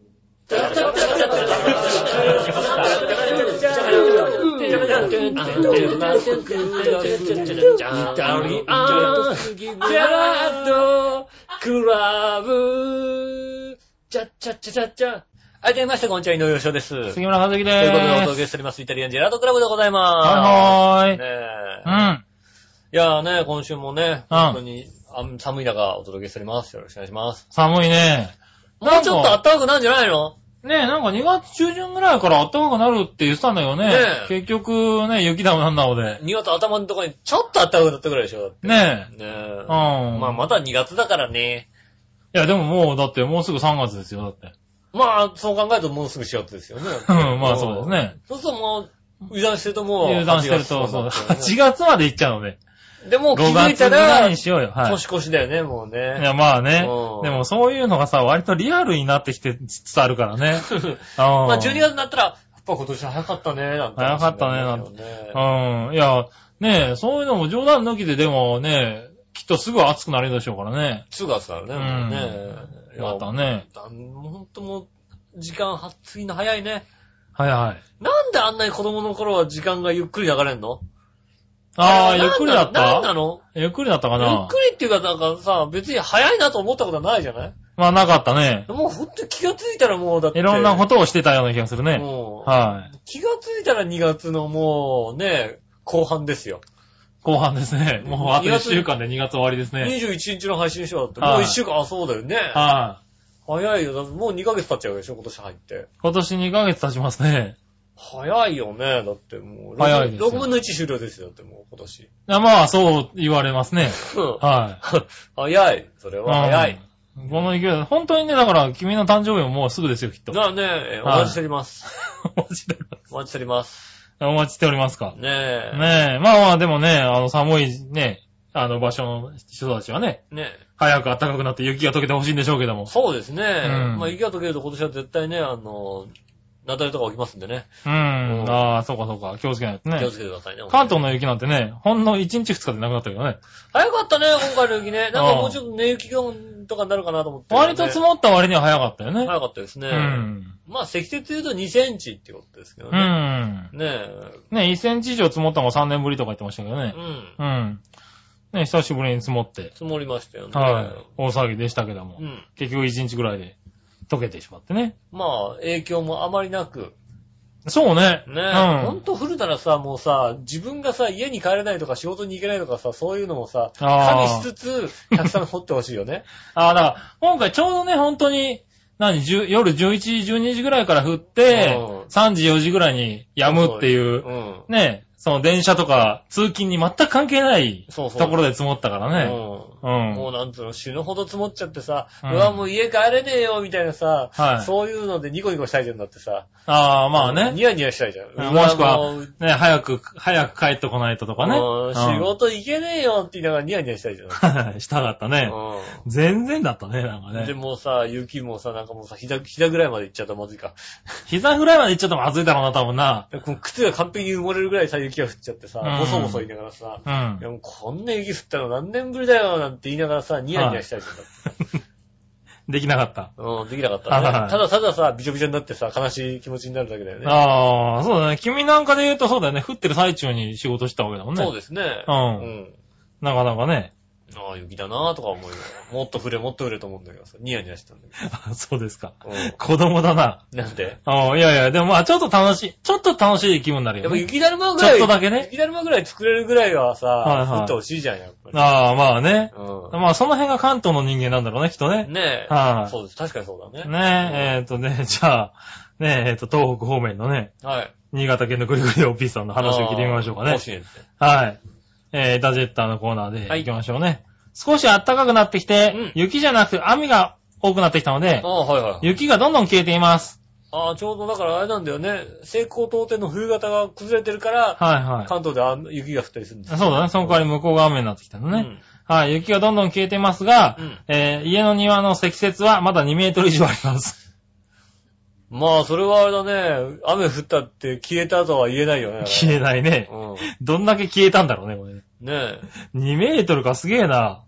B: チャッチャッチャチャッチャ。あいてみました、こんにちは、井上洋です。ということ
C: 杉村和樹で
B: で
C: ー
B: お
C: す。
B: 届けしております、イタリアンジェラートクラブでございます。
C: はいはーい
B: ねえ
C: うん。
B: いやーね、今週もね、
C: うん
B: 本当にあん寒い中お届けしております。よろしくお願いします。
C: 寒いね。
B: もうちょっと暖かくなんじゃないの
C: ねえ、なんか2月中旬ぐらいから暖かくなるって言ってたんだよね。
B: ねえ
C: 結局ね、雪だもなんだもで。
B: 2月頭のところにちょっと暖かくなったぐらいでしょだって。
C: ね
B: ね
C: え。
B: え
C: うん。。
B: まあ、また2月だからね。
C: いや、でももう、だってもうすぐ3月ですよ、だって。
B: まあ、そう考えるともうすぐ4月ですよね。
C: うん、まあそうです。ね。
B: そうするともう、油断してるともう、
C: 油断してると、そう、8
B: 8
C: 月まで行っちゃうので。
B: 月。でも気
C: 5
B: づい
C: 月
B: た
C: ぐらい
B: ら
C: に、しようよ。はい。
B: 年越しだよね、もう
C: い
B: ね。
C: や、まあね。
B: うん
C: でもそういうのがさ、割とリアルになってきてつつあるからね。
B: ま
C: ま
B: あ、12月になったら、やっぱ今年は早かったね、なんて話になりますよね。
C: うん。いや、ねえ、そういうのも冗談抜きででもね、きっとすぐ暑くなるでしょうからね。
B: 2月だからね、もうね。
C: よかった
B: ね。
C: ね。
B: ほんともう、時間は、過ぎの早いね。
C: はいはい。
B: なんであんなに子供の頃は時間がゆっくり流れんの
C: ああ、
B: れ
C: ゆっくりだっ
B: なんな
C: た
B: の
C: ゆっくりだったか
B: ゆっ
C: な
B: くりっていうか、なんかさ、別に早いなと思ったことはないじゃない
C: まあなかったね。
B: もうほんと気がついたらもう、だって。
C: いろんなことをしてたような気がするね。
B: もう
C: はい。
B: 気がついたら2月のもうね、後半ですよ。
C: 後半ですね。もうあと
B: 2
C: 1
B: 月
C: 週間で2月終わりですね。
B: 21日の配信でしょだって。
C: はい
B: もう1週間、あ、そうだよね。
C: は
B: 早いよ。だってもう2ヶ月経っちゃうでしょ今年入って。
C: い。今年2ヶ月経ちますね。
B: 早いよね。だってもう。
C: 早いですよ
B: 6分の1終了ですよ。だってもう今年。
C: いやまあそう言われますね。
B: うん
C: はい。
B: 早い。それは早い。
C: うん。この勢いだ、本当にね、だから、君の誕生日ももうすぐですよ、きっと。
B: なあねえ、お待ちしております。
C: お待ちしておりま
B: お待ちしております。
C: すお待ちしておりますか。ね
B: ね
C: え、まあまあ、でもね、あの、寒いね、あの、場所の人たちはね、
B: え。ねえ。
C: 早く暖かくなって雪が溶けてほしいんでしょうけども。
B: そうですね。
C: ん
B: まあ、雪が溶けると今年は絶対ね、あの、雪崩とか起きますんでね。
C: うん。
B: うん
C: ああ、そうかそうか。気をつけないと
B: 気を
C: ね
B: つ。けてくださいね。
C: 関東の雪なんてね、ほんの1日2日でなくなったけどね。
B: 早かったね、今回の雪ね。なんか
C: うん
B: もうちょっと寝雪がとかになるかなと思って、
C: 割と積もった割には早かったよね。
B: 早かったですね。
C: うん。
B: まあ、積雪で言うと2センチってことですけど
C: う
B: ね。ね
C: ん。
B: え。
C: ね、1センチ以上積もったのが3年ぶりとか言ってましたけど
B: う
C: ね。
B: ん。
C: うん。ね、久しぶりに積もって。
B: 積もりましたよね。
C: はい。大騒ぎでしたけども。
B: うん。
C: 結局1日ぐらいで溶けてしまってね。
B: まあ、影響もあまりなく。
C: そうね。
B: ねえ。
C: う
B: ほん
C: ん。
B: と降るならさ、もうさ、自分がさ、家に帰れないとか仕事に行けないとかさ、そういうのもさ、加味
C: あ
B: しつつ、たくさん掘ってほしいよ ね。
C: ああ、だから、今回ちょうどね、本当に、何、10夜11時、12時ぐらいから降って
B: うん、
C: 3時、4時ぐらいに止むっていうう、
B: ん。
C: ね、その電車とか通勤に全く関係ない
B: そうそう。
C: ところで積もったからね。
B: うん
C: う。
B: もうんなんつうの、死ぬほど積もっちゃってさ、う
C: うん
B: わ、もう家帰れねえよ、みたいなさ、
C: はい
B: そういうのでニコニコしたいじゃんだってさ。
C: ああ、まあね。
B: ニヤニヤしたいじゃん。
C: うんもしく
B: うわも
C: は
B: う、
C: ね、早く、早く帰ってこないととかね。
B: うん仕
C: うん
B: 事行けねえよって言いながらニヤニヤしたいじゃん。
C: したかったね。
B: う
C: 全然だったね、なんか
B: ん。で
C: ね。
B: もうさ、雪もさ、なんかもうさ、膝、膝ぐらいまで行っちゃったらまずいか。
C: 膝ぐらいまで行っちゃったらまずいだろうな、多分な。
B: でこの靴が完璧に埋もれるぐらいさ、雪が降っちゃってさ、
C: うん
B: ボソボソ言いながらさ、
C: うん
B: いや。もうこんな雪降ったの何年ぶりだよなんて言いながらさ、ニヤニヤしたい じゃんだって。
C: できなかった。
B: うん、できなかったね。
C: はい
B: ただたださ、びちょびちょになってさ、悲しい気持ちになるだけだよね。
C: ああ、そうだね。君なんかで言うとそうだよね。降ってる最中に仕事したわけだもんね。
B: そうですね。
C: うん
B: うん。
C: なかなかね。
B: ああ、雪だなとか思いながら。もっと降れ、もっと降れと思うんだけどさ、ニヤニヤしてたんだけ
C: あそうですか。
B: ど。 う
C: 子供だな。
B: ん。なんで
C: ああ、いやいや、でもまあちょっと楽しい。ちょっと楽しい気分になる
B: や
C: よ
B: っぱ
C: ね。
B: 雪だるまぐらい、
C: ちょっとだけね
B: 雪だるまぐらい作れるぐらいはさ、
C: はいはい
B: 降ってほしいじゃん、やっぱり。
C: ああ、まあね。
B: う
C: まあその辺が関東の人間なんだろうね、きっとね
B: ん。。ねえ。
C: はい
B: そうです。確かにそうだね。
C: ねえ、えっとね、 じゃあ、ねえ、えっと、東北方面のね、
B: はい。
C: 新潟県のぐりぐり OP さんの話を聞いてみましょうかね
B: 甲。子園って。
C: はい。えー、ダジェッターのコーナーで
B: はい
C: 行きましょうね。少し暖かくなってきて、
B: うん
C: 雪じゃなく雨が多くなってきたので
B: あ、あ、はいはい。
C: 雪がどんどん消えています。
B: ああ、ちょうどだからあれなんだよね。西高東低の冬型が崩れてるから、
C: はいは
B: 関東であん雪が降ったりするんです
C: い。そうだね。その代わり向こうが雨になってきたの
B: う
C: ね。
B: ん。
C: はい。雪がどんどん消えていますが、
B: うん
C: えー家の庭の積雪はまだ2メートル以上あり ます。
B: まあ、それはあれだね。雨降ったって消えたとは言えないよね。
C: 消え
B: た。
C: ないね。
B: うん。
C: どんだけ消えたんだろうね、これね。
B: ねえ。
C: 2メートルか、すげえな。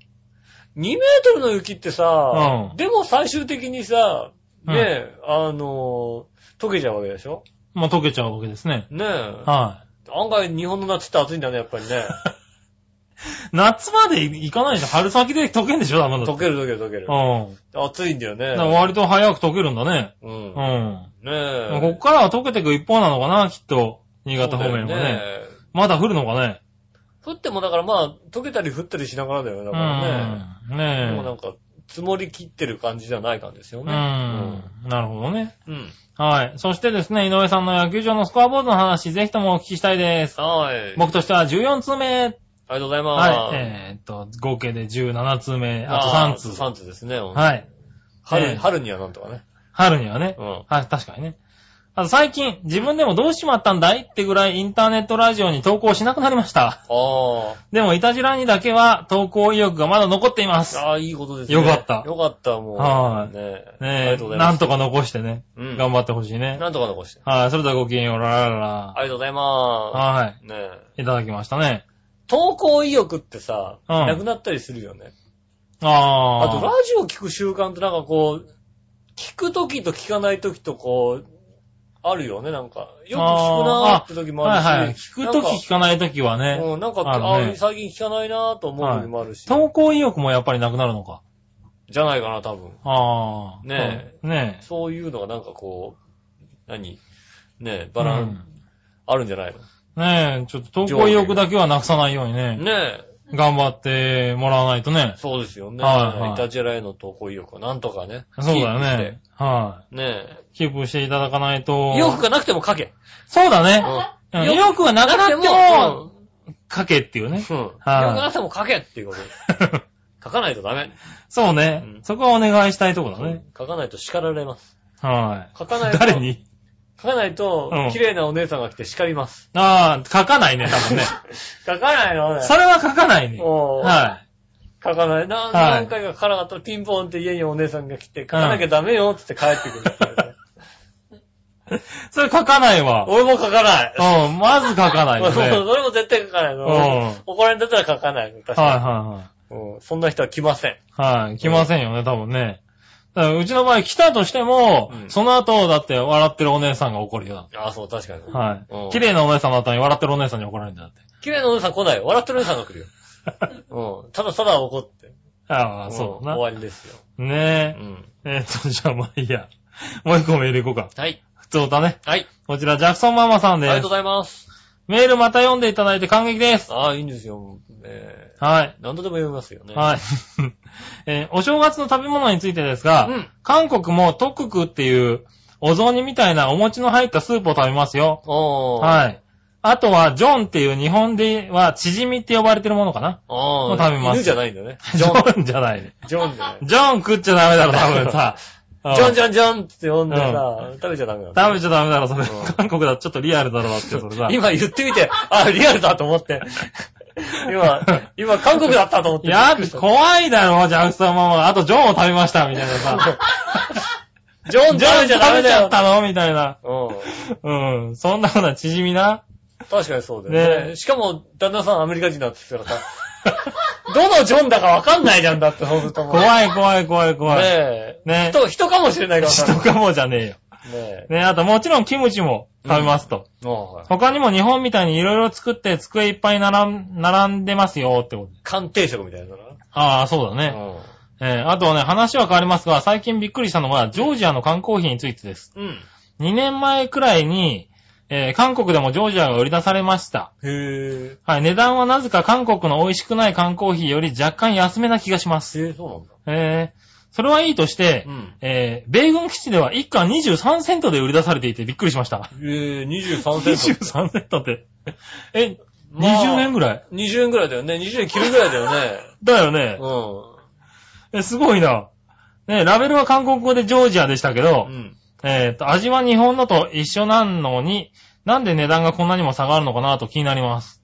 B: 2メートルの雪ってさ、
C: うん
B: でも最終的にさ、
C: うん
B: ねえ、あのー、溶けちゃうわけでしょ
C: まあ、溶けちゃうわけですね。
B: ねえ。
C: は
B: 案外日本の夏って暑いんだね、やっぱり ね。
C: い。夏まで行かないでしょ春先で溶けんでしょだまだ。
B: 溶ける溶ける溶ける。
C: うん。
B: 暑いんだよね
C: だから。割と早く溶けるんだね。
B: う。
C: うんん。
B: ね
C: こ
B: え。
C: こっからは溶けていく一方なのかな、きっと。新潟方面は
B: そう
C: ね。
B: だよね
C: まだ降るのかね。
B: 降ってもだからまあ、溶けたり降ったりしながらだよね、だ
C: う
B: からね。
C: ん。
B: でもな
C: ね
B: んか、積もりきってる感じじゃない感じですよ
C: う
B: ね。
C: ん。なるほどね。
B: うん。うん。
C: はい。そしてですね、井上さんの野球場のスコアボードの話、ぜひともお聞きしたいです。
B: はい。
C: 僕としては14通目。
B: ありがとうございます。
C: はい。えーっと、合計で17通目、あと
B: あ
C: 3
B: ー
C: 通。
B: 3通ですね。
C: はい。え
B: 春、
C: え
B: 春にはなんとかね。
C: 春にはね
B: う。ん。
C: はい、確かにね。あと最近、自分でもどうしちまったんだいってぐらいインターネットラジオに投稿しなくなりました。
B: あ
C: でも、いたじらにだけは投稿意欲がまだ残っていま
B: あ。
C: す。
B: ああ、いいことですね。
C: よかった
B: よかった、もう。
C: はい
B: ねえ。あり
C: ね
B: がとうござ
C: え、
B: います。
C: なんとか残してね、
B: うん
C: 頑張ってほしいね。
B: なんとか残して。
C: はい、それではごきげんよう、ラララ
B: あ
C: ラ。
B: りがとうございま
C: は
B: す。ねえ。
C: い、いただきましたね。
B: 投稿意欲ってさ、
C: うん
B: なくなったりするよね。
C: あ
B: あ
C: あ。
B: と、ラジオ聞く習慣ってなんかこう、聞くときと聞かないときとこう、あるよね、なんか。よく聞くなーってときもあるし。
C: はいはい。聞くとき聞かないときは
B: なんか
C: ね、
B: うん、なんか、
C: あの
B: あ
C: ね
B: ー最近聞かないなーと思うときもあるし。
C: 投稿意欲もやっぱりなくなるのか。
B: じゃないかな、多分。
C: ああ。
B: ね
C: え。ね
B: そういうのがなんかこう、何ねえ、
C: え。
B: バラン、
C: うん
B: あるんじゃない
C: ねえ、ちょっと投稿意欲だけはなくさないようにね
B: の。ねえ、
C: 頑張ってもらわないとね。
B: そうですよね。
C: はいはい
B: イタジェラへの投稿意欲はなんとかね。
C: そうだよ
B: キープして
C: ね。。は
B: ねえ
C: い。。キープしていただかないと。
B: 意欲がなくても書け。
C: そうだ
B: うん
C: ね。うん意欲がなくなっても、、書けってい
B: う
C: う
B: ん。うん意
C: ね。
B: 欲
C: は
B: が
C: い
B: なくても書けっていうこと。書かないとダメ。
C: そうね
B: うん。
C: そこはお願いしたいとこだね。
B: 書かないと叱られ ます。
C: は
B: 書かない
C: い。
B: と。
C: 誰に
B: 書かないと
C: うん、
B: 綺麗なお姉さんが来て叱ります。
C: ああ、書かないね、多 分ね。
B: 書かないのね。
C: それは書かないね。
B: おー
C: は
B: 書かない。な
C: はい
B: 何回か書かなかったらピンポンって家にお姉さんが来て、書かなきゃダメよって帰ってくるっていうね。
C: い。それ書かないわ。
B: 俺も書かない。
C: うん、まず書かない
B: 俺
C: よ
B: も
C: ね。はい
B: 俺も絶対書かないの。
C: うん
B: 怒られんだったら書かないの。確か
C: は
B: に、うんそんな人は来ません。
C: いはい。はい。来ませんよね、多分ね。だからうちの場合来たとしても、
B: うん
C: その後、だって笑ってるお姉さんが怒るよ。だって
B: ああ、そう、確かに。
C: は
B: うん
C: い。綺麗なお姉さんだったのに笑ってるお姉さんに怒られるんだって。
B: 綺麗なお姉さん来ない。笑ってるお姉さんが来 るよ。うん。ただただ怒って。
C: ああ、そう
B: うん
C: だ
B: 終わりですよ。
C: な。
B: う
C: ね
B: ん。
C: え。えっと、じゃあまあいいや。もう一個メール行こうか。
B: はい。
C: 普通だね。
B: はい。
C: こちら、ジャクソンママさん
B: ありがとうご
C: です。
B: ざいます。
C: メールまた読んでいただいて感激です。
B: ああ、いいんですよ。えー
C: はい。
B: 何度でも読みますよね。
C: はい。 えーお正月の食べ物についてですが、
B: うん
C: 韓国もトククっていうお雑煮みたいなお餅の入ったスープを食べますよ。
B: おー。い。
C: はい。あとは、ジョンっていう日本では、チヂミって呼ばれてるものかな
B: あ
C: も
B: あ。
C: う食べます
B: 犬じゃないんだね。
C: ジ
B: ジョン。
C: ョンじゃないね。
B: ジョンじゃない。
C: ジョン食っちゃダメだろ、多分さ。
B: ジョンジ
C: ョン
B: ョンジョンって呼んでさ、食べちゃダメなの。
C: 食べちゃダメだろ、それ
B: うん。
C: 韓国だとちょっとリアルだろ、だって、それさ。
B: 今言ってみて、あ、リアルだと思っ て。今、今韓国だったと思っ
C: い
B: て。
C: や
B: びっくりし、た
C: 怖いだろ、ジャクソンママ。あと、ジョンを食べました、みたいなさ。
B: ジョンジョンじゃダメ
C: 食べち
B: だ
C: ゃ
B: よ
C: っ。たのみたいな。
B: うん。
C: うん。そんなふうなチヂミな。
B: 確かにそうだよね。
C: ね
B: しかも、旦那さんアメリカ人だって言ったらさ、 どのジョンだかわかんないじゃんだって、そうするともう。
C: 怖い、怖い、怖い、怖い。
B: ねえ。
C: ね。
B: 人、人かもしれないからさ。
C: 人かもじゃねえよ。
B: ねえ。
C: ね、あともちろんキムチも食べますと。
B: もうはい、
C: 他にも日本みたいにいろいろ作って机いっぱい並ん並んでますよってこと。
B: 鑑定職みたいなのか
C: ああ、そうだ
B: な。
C: ね。えーあとね、話は変わりますが、最近びっくりしたのは、ジョージアの缶コーヒーについてです。
B: うん。うん。
C: 2年前くらいに、えー韓国でもジョージアが売り出されました。
B: へえ。
C: はい、値段はなぜか韓国の美味しくない缶コーヒーより若干安めな気がします。
B: えー、そうなんだ。
C: えーそれはいいとして、
B: うん
C: えー米軍基地では1缶23セントで売り出されていてびっくりしました。
B: えー、23セント。
C: 23セントって。え、
B: まあ
C: 20年ぐらい
B: 20円ぐらいだよね。20円切るぐらいだよね。
C: だよね。
B: う
C: え、すごいな。ね、ラベルは韓国語でジョージアでしたけ
B: ん。
C: ど、
B: うん。
C: えっ、と、味は日本のと一緒なのに、なんで値段がこんなにも下があるのかなと気になります。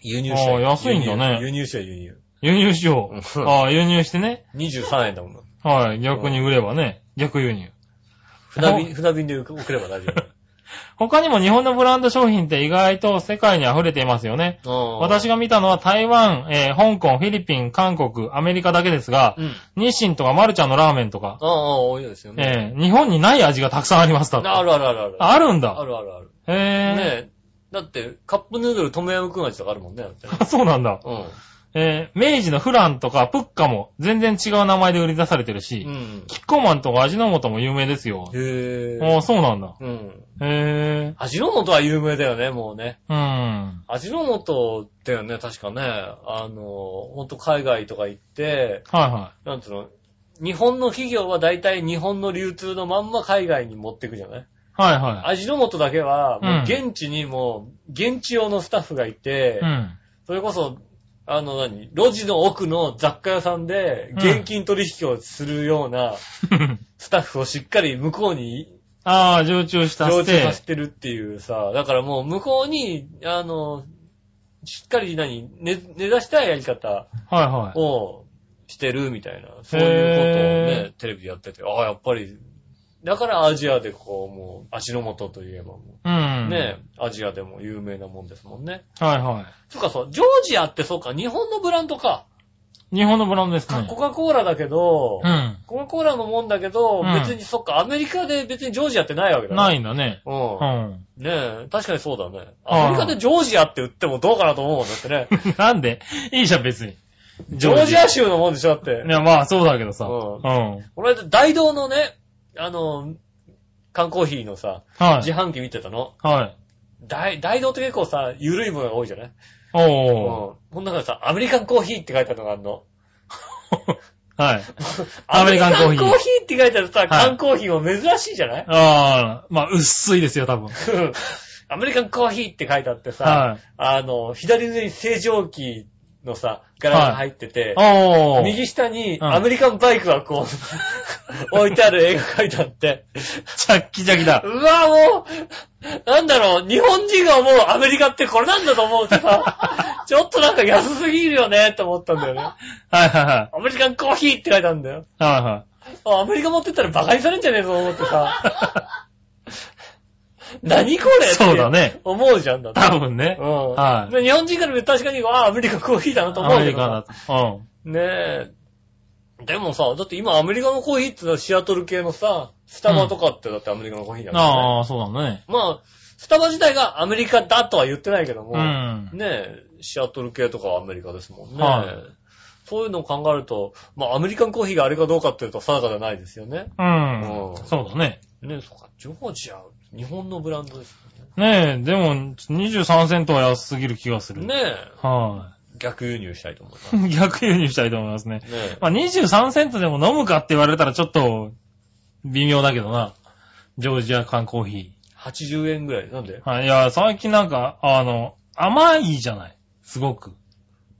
B: 輸入
C: ああ安いんだね
B: 輸入しよう輸入。
C: 輸入しよう。
B: うん
C: ああ、輸入してね。
B: 23円だもん。
C: はい、逆に売ればね。逆輸入。
B: 船便、船便で送れば大丈
C: 他にも日本のブランド商品って意外と世界に溢れていますよね。
B: 夫。
C: 私
B: が、
C: が見たのは台湾、えー香港、フィリピン、韓国、アメリカだけですが
B: う、ん。
C: 日清とかマルちゃんのラーメンとか、
B: ああ、多いですよね。
C: えー日本にない味がたくさんありますだって
B: あるあるあるある。
C: あるんだ。
B: あるあるある。
C: へえ。
B: ねえ。だって、カップヌードルトムヤムクン味とかあるもんね。だってね
C: そうなんだ。
B: うん。
C: えー明治のフランとかプッカも全然違う名前で売り出されてるし、
B: うん。
C: キッコーマンとか味の素も有名ですよ。
B: へ
C: あ
B: え。
C: あ、そうなんだ。
B: うん。
C: へえ。
B: 味の素は有名だよね、もうね。
C: うん。
B: 味の素だよね、確かね。あの、ほんと海外とか行って、
C: はいは
B: なんつうの、日本の企業は大体日本の流通のまんま海外に持ってくじゃない
C: はいは
B: 味の素だけは、もううん現地にもう、現地用のスタッフがいて
C: い。う、ん。
B: それこそ、あの何、路地の奥の雑貨屋さんで、
C: うん
B: 現金取引をするようなスタッフをしっかり向こうに、
C: ああ、常駐した
B: 常
C: し
B: 駐
C: て
B: さ。せてるっていうさ、だからもう向こうに、あの、しっかり何、ね根ざしたやり方
C: はいはい。
B: をしてるみたいな、そういうことを
C: へ
B: ね、テレビでやってて、ああ、やっぱり、だからアジアでこう、もう、足の素といえばもう、
C: うん。
B: ねえ、アジアでも有名なもんですもんね。
C: はいは
B: そっかそう、ジョージアってそうか、日本のブランドか。
C: い。日本のブランドですね
B: コ。カ・コーラだけど、
C: うん。
B: コカ・コーラのもんだけど、
C: うん
B: 別にそっか、アメリカで別にジョージアってないわけだね
C: ないんだね。
B: う。
C: うんん。
B: ねえ、確かにそうだね。
C: ああ
B: アメリカでジョージアって売ってもどうかなと思うもんだってね。
C: なんでいいじゃん、別に。
B: ジョージア
C: 州
B: 州のもんでしょだって
C: い。や、まあ、そうだけどさ。
B: う
C: うんん。
B: この間、大道のね、あの、缶コーヒーのさ、
C: は
B: 自
C: い。
B: 販機見てたの。
C: はい。
B: 大、大道って結構さ、ゆるいものが多いじゃないうん。
C: おー。
B: この中でさ、アメリカンコーヒーって書いてあるのがあるの。
C: はい。
B: ア
C: ア
B: メ
C: メ
B: リ
C: リ
B: カ
C: カ
B: ン
C: ン
B: コ
C: コ
B: ー
C: ー
B: ヒ
C: ヒ
B: ー。
C: ー
B: って書いてあるさ、
C: い
B: 缶コーヒーも珍しいじゃない
C: ああ、まあ、薄いですよ、多分。
B: アメリカンコーヒーって書いてあってさ、
C: はい。
B: あの、左上に正常期のさ、柄が入ってて、
C: おー。
B: 右下に
C: うん
B: アメリカンバイクがこう、 置いてある絵が書いてあって、
C: ジャッキジャキだ
B: う。わもう、なんだろう、日本人が思うアメリカってこれなんだと思うと さ、ちょっとなんか安すぎるよねって思ったんだよね。
C: はいはいは
B: アメリカンコーヒーって書いてあるんだよ。
C: い。はいは
B: あアメリカ持ってったら馬鹿にされんじゃねえぞと思ってさ。 何これって
C: そうだね
B: 思うじゃんだっ
C: い。
B: て。
C: 多分ね
B: う。ん。
C: はい
B: で日本人から見ると確かに、あアメリカコーヒーだなと思う
C: アメ
B: け
C: リ
B: ど
C: カ
B: さ。
C: だと。
B: ねえ。でもさ、だって今アメリカのコーヒーってのはシアトル系のさ、スタバとかってだってアメリカのコーヒーだ
C: うん。
B: からね。
C: ああ、そうだね。
B: まあ、スタバ自体がアメリカだとは言ってないけども、
C: うん。
B: ねえ、シアトル系とかはアメリカですもんね。
C: はい
B: そういうのを考えると、まあアメリカンコーヒーがあれかどうかっていうと定かじゃないですよね。
C: うん。そうだね。
B: ねえ、そっか、ジョージア、日本のブランドですよ
C: ねえ、でも、23セントは安すぎる気がする。
B: ね。ねえ、
C: は
B: 逆輸入したいと思います。ね
C: い。 逆輸入したいと思いますね。
B: え。
C: まあ、23セントでも飲むかって言われたらちょっと、微妙だけどな。ジョージア缶コーヒ
B: 80円ぐらい。なんで
C: ー。はい。いや、最近なんか、あの、甘いじゃない。すごく。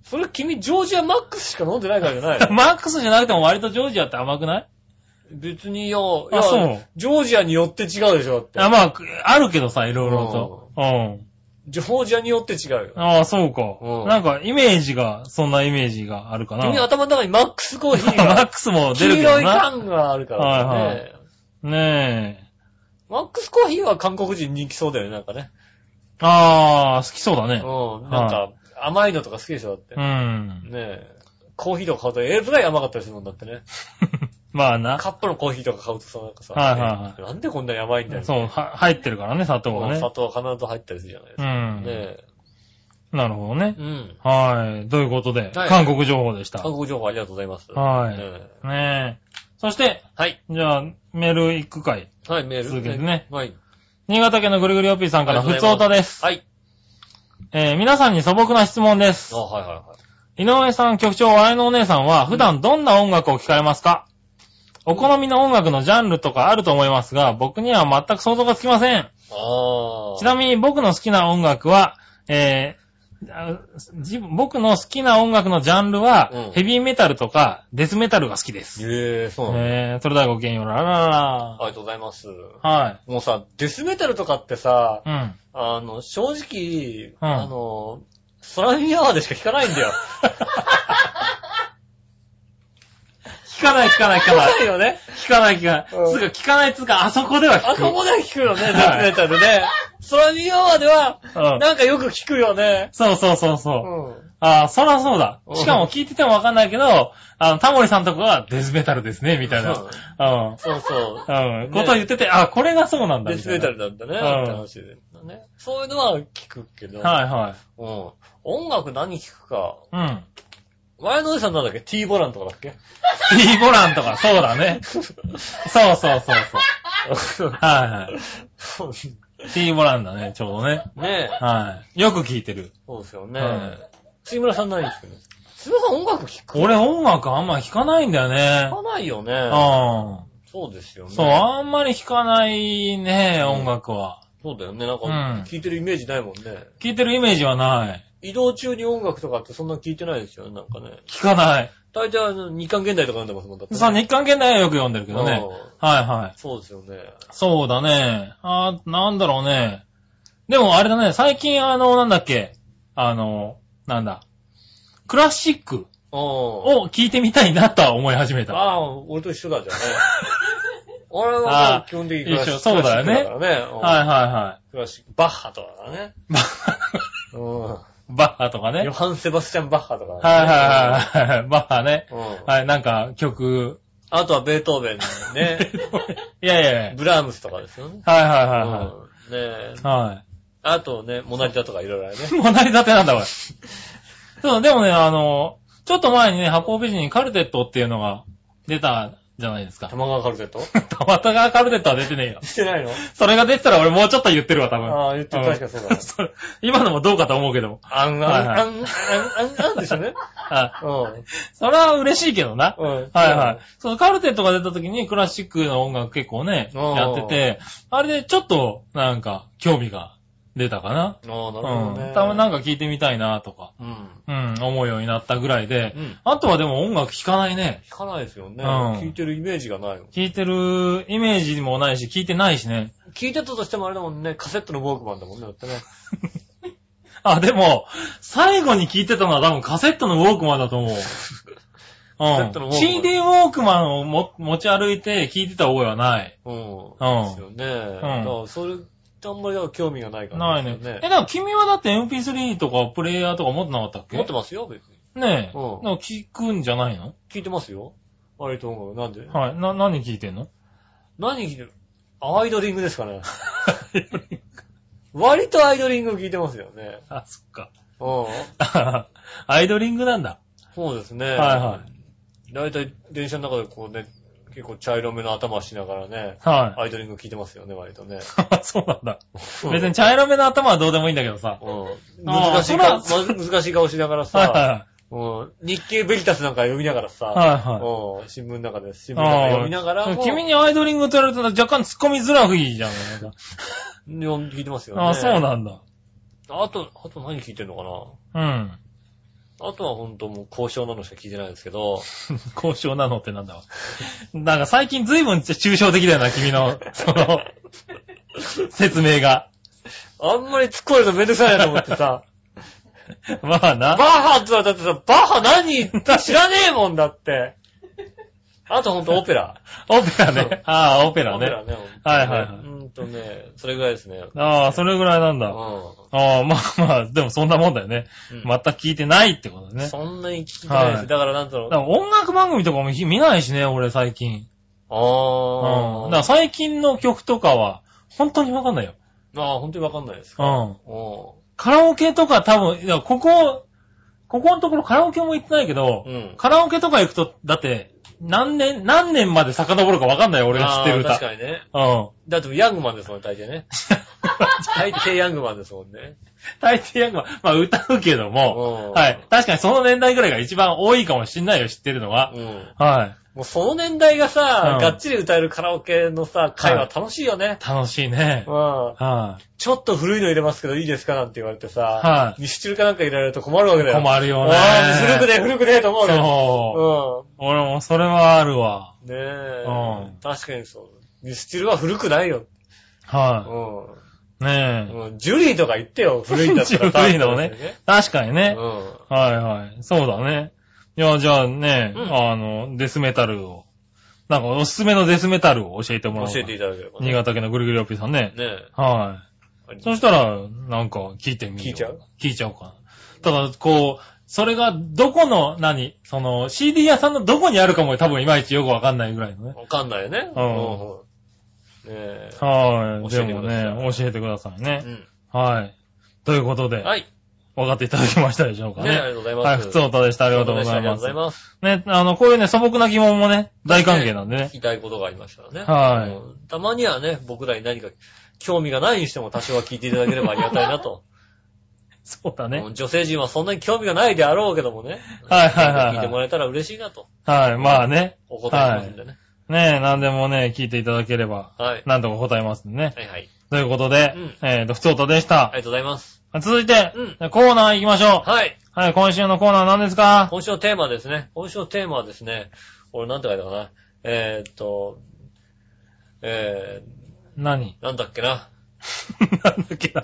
B: それ君、ジョージアマックスしか飲んでないからじゃない の
C: マックスじゃなくても割とジョージアって甘くない
B: 別によ、い
C: あそう
B: や、ジョージアによって違うでしょだ
C: あ
B: って。
C: まあ、あるけどさ、いろいろと。うん。
B: ジョージアによって違うよ。
C: ああ、そ
B: う
C: う
B: ん
C: か。なんか、イメージが、そんなイメージがあるかな。
B: 君頭の中にマックスコーヒー
C: マッ
B: が、
C: クスも出
B: 黄
C: るけど
B: 色い
C: な。
B: 缶があるから
C: はい
B: ね。
C: ねえ。
B: マックスコーヒーは韓国人人気そうだよね、なんかね。
C: ああ、好きそうだね。
B: うん。なんか、甘いのとか好きでしょ、だって
C: う。ん。
B: ねえ。コーヒーとか買うと、ええぐらい甘かったりするもんだってね。
C: まあな。
B: カップのコーヒーとか買うとさ、なんかさ、
C: はいはい
B: なんでこんなに甘いんだよ。
C: そう、は入ってるからね、砂糖
B: も
C: が
B: う
C: ね
B: 砂。糖は必ず入ったりするじゃないです
C: う
B: か。
C: ん。
B: ねえ。
C: なるほどね
B: う。ん。
C: はい。ということで、
B: はい
C: 韓国情報でした。
B: 韓国情報ありがとうございます。
C: はい
B: ねえ
C: ねえ。そして、
B: はい。
C: じゃあ、メール行くかい。
B: はい、メール。
C: 続けてね。
B: はい。
C: 新潟県のぐるぐるよっぴーさんから、
B: ありが
C: ふ
B: とうご
C: つ
B: ざい
C: お
B: ます
C: たです。
B: はい。
C: えー皆さんに素朴な質問です
B: あ、。はいはいはい。
C: 井上さん、局長、笑いのお姉さんは、普段どんな音楽を聴かれますかお好みの音楽のジャンルとかあると思いますが、僕には全く想像がつきません。
B: ああ。
C: ちなみに僕の好きな音楽は、えーあ自分僕の好きな音楽のジャンルは、
B: うん
C: ヘビーメタルとかデスメタルが好きです。
B: ええそうなんだ。
C: えー、それではごきげんよう、ララ
B: あ
C: ラ
B: りがとうございます。
C: は
B: もうさ、デスメタルとかってさ
C: い。、うん。
B: あの、正直、
C: うん
B: あの、空耳アワーでしか聞かないんだ よ。
C: 聞かない聞かない聞
B: 聞
C: か
B: か
C: ない
B: な。いよね。
C: 聞かない聞か
B: う
C: なんい。つうか聞かないつうか、あそこでは聞く。
B: あそこで聞くよね、デス
C: はい
B: メタルね。空耳アワーでは、
C: うん
B: なんかよく聞くよね。
C: そうそうそうそうう。
B: ん。
C: ああ、そらそうだ
B: う。ん
C: しかも聞いててもわかんないけど、あの、タモリさんとかはデスメタルですね、みたいな。
B: そう
C: う
B: そうそ
C: ん。うん。ことを言ってて、あ、これがそうなん
B: う。
C: だ。
B: デ
C: み
B: ス
C: た
B: メ
C: いな
B: タルなんだね、
C: うん
B: って話でね。そういうのは聞くけど。
C: はいはい。
B: うん。音楽何聞くか。
C: うん。
B: 前のおじさんなんだっけ ?T ボランとかだっけ
C: T ボランとか、そうだね。そうそうそうそう。 はいはい。T ボランだね、ちょうどね。
B: ねえ。
C: はい。よく聞いてる。
B: そうですよね
C: うん。
B: 杉村さん何聞くのす田さん音楽聴く
C: 俺音楽あんま弾かないんだよね。
B: 聞かないよね。
C: う
B: そうですよね。
C: ん。そう、あんまり弾かないね、
B: うん
C: 音楽は。
B: そうだよね。なんか
C: うん、
B: 聞いてるイメージないもんね。
C: 聴いてるイメージはない。
B: 移動中に音楽とかってそんな聞いてないですよね、なんかね。
C: 聴かない。
B: 大体あの、日韓現代とか読んでますもん、だってね
C: さ、日韓現代はよく読んでるけどね。
B: うん
C: はいはい。
B: そうですよね。
C: そうだね。あー、なんだろうね。でもあれだね、最近あの、なんだっけ、あの、なんだ、クラシック
B: うん。
C: を聴いてみたいなとは思い始めた。
B: ああ、俺と一緒だじゃ んね。俺
C: あ
B: は
C: ー
B: 基本的にクラシック
C: 一緒そうだよね
B: クラシックだからね。うん
C: はいはいは
B: クラシック。バッハとかだね。
C: い。バ
B: うん。
C: バッハとかね。はい
B: ヨハン・セバスチャン・バッハとか、ね。
C: はいはいはい。バッハね。
B: いはい。うん。
C: はい、なんか 曲。
B: あとはベートーベンのね。
C: いやいやいや。
B: ブラームスとかですよね。
C: はいはいうはいは
B: ん。ねえ
C: い。は
B: あとね、モナリタとかいろいろある ね
C: い。。もう成り立てなんだ、これ。そう、でもね、あの、ちょっと前にね、箱美人にカルテットっていうのが出たじゃな いですか。
B: 玉川カルテット
C: 玉田川カルテットは出てねえよ。
B: してないの
C: それが出てたら俺もうちょっと言ってるわ、多分。
B: ああ、言ってる確かそうだね。
C: それ今のもどうかと思うけども。
B: あん
C: は
B: あ
C: い
B: ん、
C: はい
B: あん、あん、あん、あんでしょね。
C: あ
B: うん。うん。
C: それは嬉しいけどな。
B: はい
C: はいはい。そのカルテットが出た時にクラシックの音楽結構ね、
B: あー
C: やってて、あれでちょっとなんか興味が出たかな。
B: い。ああ、な
C: う
B: るほどね。
C: ん。たまになんか聞いてみたいなとか、
B: うん。
C: うん、思うようになったぐらいで
B: う、ん。
C: あとはでも音楽聴かないね。
B: 聞かないですよね。
C: うん
B: 聞いてるイメージがないもん。
C: 聴いてるイメージもないし、聴いてないしね。
B: 聞いてたとしてもあれだもんね、カセットのウォークマンだもんね、だってね。
C: あ、でも、最後に聞いてたのは多分カセットのウォークマンだと 思う。
B: セ
C: う
B: ットのウォークマ
C: ん。
B: ン
C: CD ウォークマンをも持ち歩いて聞いてた覚えはない。
B: うん。ですよね。だからそれってあんまりだから興味がないから。
C: ないね。え、。でも君はだって MP3 とかプレイヤーとか持ってなかったっけ
B: 持ってますよ、別に。
C: ねえ。
B: うん
C: なんか聞くんじゃないの
B: 聞いてますよ。割と音楽。なんで
C: はい。な、何聞いてん の
B: 何聞いてるアイドリングですかね。割とアイドリング聞いてますよね。
C: あ、そっか。
B: うん。
C: アイドリングなんだ。
B: そうですね。。
C: はいはい
B: だいたい電車の中でこうね、結構茶色めの頭しながらね、
C: は
B: アイドリング聞いてますよね、割とね。
C: い。 そうなんだ。別に茶色めの頭はどうでもいいんだけどさ。
B: うん。
C: あー
B: 難しい顔、ま難しい顔しながら
C: はい
B: さ、
C: は
B: うん日経ベリタスなんか読みながら
C: い。はい
B: さ、
C: はい。
B: うん新聞の中で、新聞の中
C: あ
B: で
C: あ
B: 読みながらも、
C: 君にアイドリングと言われたら若干突っ込みづらいじゃん。なんか
B: 読ん聞いてますよね。
C: あ、そうなんだ。
B: あと、あと何聞いてんの
C: うん。
B: かなあとは本当もう交渉なのしか聞いてないですけど、
C: 交渉なのってなんだわ。 なんか最近随分抽象的だよな、君の、 その、説明が。
B: あんまり突っ込んでるのめんどくさいなと思ってさ、
C: まあ
B: バッ
C: な。
B: ハって言われたってさ、バッハ何知らねえもんだって。あとほんとオペラ。
C: オペラね。ああ、オペラ
B: オペラ
C: ね。
B: ね。
C: はいはいはい
B: ほんとねうーんとね、それぐらいですね。
C: ああ、それぐらいなん
B: う
C: だ。
B: ん。
C: ああ、まあまあ、でもそんなもんだよね。
B: うん
C: 全く聞いてないってことね。
B: そんなに聞いてないで
C: は
B: す。
C: い
B: だからなんだろ
C: だ
B: う
C: か。ら音楽番組とかも見ないしね、俺最近。うん。だ
B: あ
C: から
B: あ。
C: 最近の曲とかは、本当にわかんないよ。
B: ああ、ほんとにわかんないです
C: う
B: か。
C: ん。
B: う
C: カラオケとか多分、いやここ、ここのところカラオケも行ってないけど、
B: うん
C: カラオケとか行くと、だって、何年、何年まで遡るかわかんないよ、俺
B: ん。
C: が知ってる
B: あ
C: 歌。
B: あ確かにね。
C: うん。
B: だってヤングマンですもんね、大抵 ね。大抵ヤングマンですもんね。
C: 大抵やんまあ歌うけど
B: うん、
C: もはい。確かにその年代ぐらいが一番多いかもしんないよ、知ってるのは
B: う。ん。
C: は
B: もうその年代がさ、
C: うん
B: がっちり歌えるカラオケのさ、会話楽しいよね。
C: い。楽しいね。
B: うん。
C: は
B: ちょっと古いの入れますけどいいですかなんて言われてさ、
C: は
B: ミスチルかなんか入れられると困るわけだ
C: い。
B: よ。
C: 困るよね
B: あー。古くねえ、古くねえと思うよ。
C: そう。俺もそれはあるわ。
B: うん。ねえ。
C: うん
B: 確かにそう。ミスチルは古くないよ。
C: は
B: う
C: い。ねえ。
B: ん。うん、ジュリーとか言ってよ、古いんだったらさ。
C: 古いのをね確かに
B: う
C: ね。
B: ん。
C: はいはい。そうだね。いや、じゃあね、
B: うん
C: あの、デスメタルを、なんかおすすめのデスメタルを教えてもらおうか
B: 教え
C: な。
B: ていただければ、
C: 新
B: ね
C: 潟県のぐるぐるよっぴーさんね。
B: え。
C: はい。そしたら、なんか聞いてみよう。
B: 聞いちゃう
C: 聞いちゃおうかな。ただ、こう、それがどこの、何その、CD 屋さんのどこにあるかも多分いまいちよくわかんないぐらいのね。
B: わかんないよね。
C: う
B: うん。ねえ。
C: はい。
B: 教え
C: で
B: て
C: も
B: ください
C: ね、教えてくださいね。
B: う
C: はい。ということで、
B: ん。はい。ね
C: 分かっていただけましたでしょうか
B: え、あ
C: ね。
B: りがとうございます。
C: はい、普通歌でした。ありがとうござい
B: ありがと
C: ま
B: うご
C: す
B: ざい。ます。
C: ね、あの、こういうね、素朴な疑問もね、大歓迎なんで
B: 聞
C: ね。
B: きたいことがありましたらね。
C: はい
B: うんたまにはね、僕らに何か興味がないにしても多少は聞いていただければありがたいなと。
C: そうだ ね
B: う。ん女性陣はそんなに興味がないであろうけどもね。
C: はいはいはいはい
B: 聞いてもらえたら嬉しいなと、
C: はい、まあね。
B: お答えしますんでね。
C: ねえ、何でもね、聞いていただければ、
B: はい。
C: 何とか答えますんでね。
B: はいはい。
C: ということで、
B: うん
C: えーと、ふつおたでし
B: あ
C: た。
B: りがとうございます。
C: 続いて、
B: う
C: コーナー行きましょう。
B: はい。
C: はい、今週のコーナー何ですか
B: 今週のテーマですね。今週のテーマはですね、俺なんて書いたかな。えー、っと、え
C: 何
B: ー、なんだっけな。
C: なんだっけな。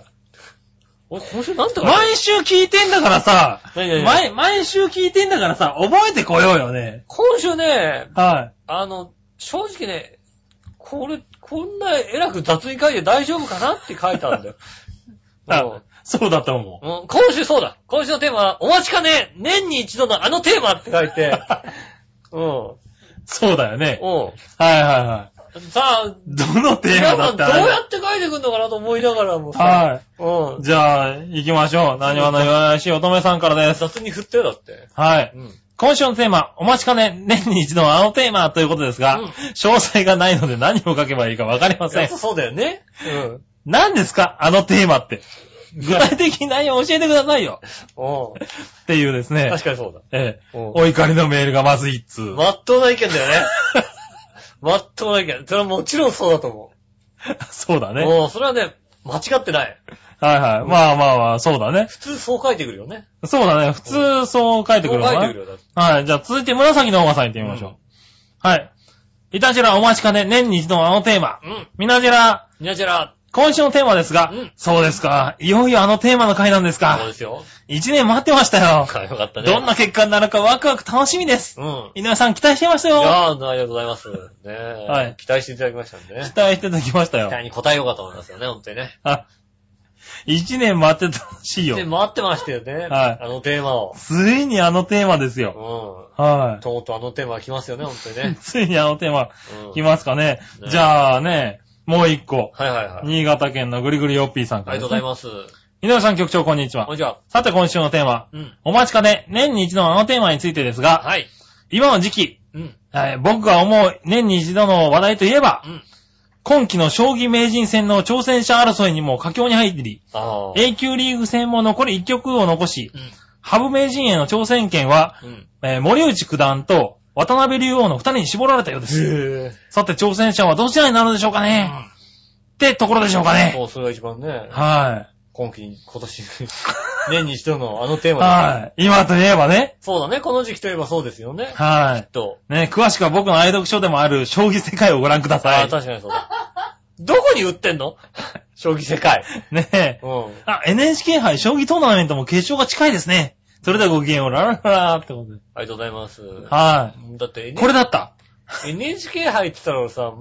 B: 俺今週なんて書いた
C: 毎週聞いてんだからさ、
B: 何々
C: 毎、毎週聞いてんだからさ、覚えてこようよね。
B: 今週ね、
C: は
B: あの、正直ね、これ、こんな偉く雑に書いて大丈夫かなって書いたんだ よ。
C: い。あそうだと思う。
B: うんうん今週そうだ今週のテーマは、お待ちかね年に一度のあのテーマって書い て、うん。
C: そうだよね。
B: う
C: はいはいはい。
B: ん。さあ、
C: どのテー
B: 皆
C: マだ
B: さん
C: っ
B: ど
C: た
B: う
C: ら
B: やって書いてくんのかなと思いながらもさ、
C: は
B: う
C: い。
B: ん。
C: じゃあ、行きましょう。何話のよしい乙女さんからです。
B: 雑に振ったよ、だって。
C: はい。
B: うん。
C: 今週のテーマ、お待ちかね、年に一度のあのテーマということですが、
B: うん
C: 詳細がないので何を書けばいいかわかりません。
B: そうだよね。うん。
C: 何ですかあのテーマって。具体的に内容教えてくださいよ。
B: うん。
C: っていうですね。
B: 確かにそうだ。
C: ええ。
B: うん
C: お怒りのメールがまず一通。
B: まっとうな意見だよね。まっとうな意見。それはもちろんそうだと思
C: そうだ
B: う。
C: ね。
B: うん。それはね、間違ってない。
C: はいはい。まあまあまあ、そうだね。
B: 普通そう書いてくるよね。
C: そうだね。普通そう書いてくるの
B: そう書い
C: か
B: てくるよ、
C: な。
B: だって。
C: はい。じゃあ続いて紫のオーガさん行ってみましょう。はい。いたじらお待ちかね、年に一度のあのテーマ。
B: うん。
C: みなじら、
B: にゃちゃら、
C: 今週のテーマですが、
B: うん
C: そうですか。いよいよあのテーマの回なんです
B: そうで
C: か。
B: すよ。
C: 一年待ってましたよ。
B: はいよかったね。
C: どんな結果になるかワクワク楽しみです。
B: うん。
C: 井上さん期待してました
B: い
C: よ。
B: やーありがとうございます。ねえ
C: はい
B: 期待していただきましたんでね
C: 期。待していただきました
B: 期
C: よ。
B: 待に応えようかと思いますよね、本当にね。
C: あ一年待ってたらしいよ
B: で、。待ってましたよね。
C: はい
B: あのテーマを。
C: ついにあのテーマですよ。
B: う
C: は
B: ん。とうとうあのテーマが来ますよね、本当に
C: い
B: ね。。
C: ついにあのテーマ
B: うん。
C: 来ますかね。
B: ね
C: じゃあね、もう一個。
B: はいはいはい。
C: 新潟県のぐりぐりよっぴーさん
B: あ
C: か
B: り
C: ら
B: が
C: で
B: とうご
C: す、
B: ざい
C: ね。
B: ます。
C: 井上さん局長こんにち
B: こん
C: は。
B: にちは。
C: さて今週のテーマ。
B: うん。
C: お待ちかね、年に一度のあのテーマについてですが、
B: はい。
C: 今の時期、
B: うん。
C: はい僕が思う年に一度の話題といえば
B: う、ん。
C: 今期の将棋名人戦の挑戦者争いにも佳境に入り、
B: ああ。
C: A 級リーグ戦も残り1局を残し、
B: う
C: 羽生名人への挑戦権は、
B: ん。うん。
C: えー森内九段と渡辺竜王の二人に絞られたようです。
B: へえ。
C: さて、挑戦者はどちらになるのでしょうかね、ってところでしょうかね。
B: そう、それが一番ね、
C: は
B: 今季に、今年、年に一度のあのテー
C: い。
B: マだね
C: はい。今といえばね。
B: そうだね、この時期といえばそうですよね。
C: は
B: と。
C: い。ね、詳しくは僕の愛読書でもある将棋世界をご覧くだ
B: あ
C: さ
B: あ、
C: い。
B: 確かにそうだ。どこに売ってん の将棋世界。
C: ねえ。
B: うん。
C: あ、NHK 杯将棋トーナメントも決勝が近いですね。それではごきげんよう、ララララってことで。
B: ありがとうございます。
C: は
B: だって
C: い。
B: N-
C: これだった。
B: NHK 入ってたらさ、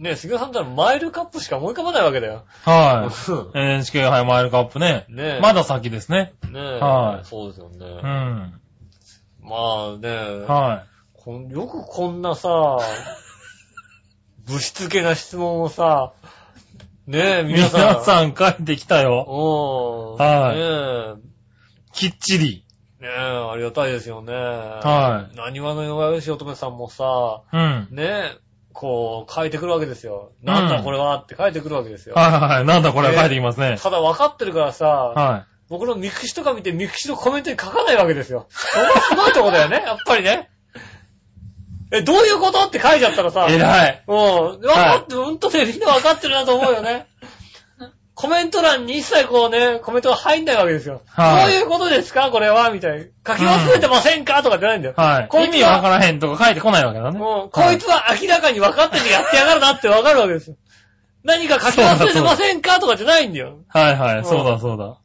B: ね、杉尾さんだったらマイルカップしか思い浮かばないわけだよ。
C: はい。NHK 杯マイルカップね。
B: ねえ。
C: まだ先ですね。
B: ねえ。
C: はい
B: そうですよね。
C: うん。
B: まあね、
C: は
B: こんよくこんなさ、ぶしつけな質問をさ、ねえ、
C: い。
B: 皆
C: 皆
B: さん。
C: さん書いてきたよ。
B: おー。
C: はい
B: ね
C: きっちり。
B: え、ねえ、ありがたいですよね。。
C: はい
B: 何話の弱いし乙女さんもさ、
C: うん。
B: ねえ、こう、書いてくるわけですよ。なんだこれはって書いてくるわけですよ。
C: はいはいはい。なんだこれは書いてきますね。
B: ただ分かってるからさ、
C: は
B: 僕のミクシとか見てミクシのコメントに書かないわけですよ。そこはすごいとこだよね、 やっぱりね。え、どういうことって書いちゃったらさ、
C: い。偉い。
B: もうん、わかって、ほんとね、みんな分かってるなと思うよね。コメント欄に一切こうね、コメントが入んないわけですよ。
C: はい
B: どういうことですかこれはみたいな。書き忘れてませんか、とかじゃないんだよ。
C: は
B: こい
C: い。意
B: つは
C: 味わからへんとか書いてこないわけだね。
B: もう、
C: は
B: こいつは明らかに分かっててやってやがるなって分かるわけですよ。何か書き忘れてませんかとかじゃないんだよ。
C: はいは
B: うん
C: い。そうだそうだ。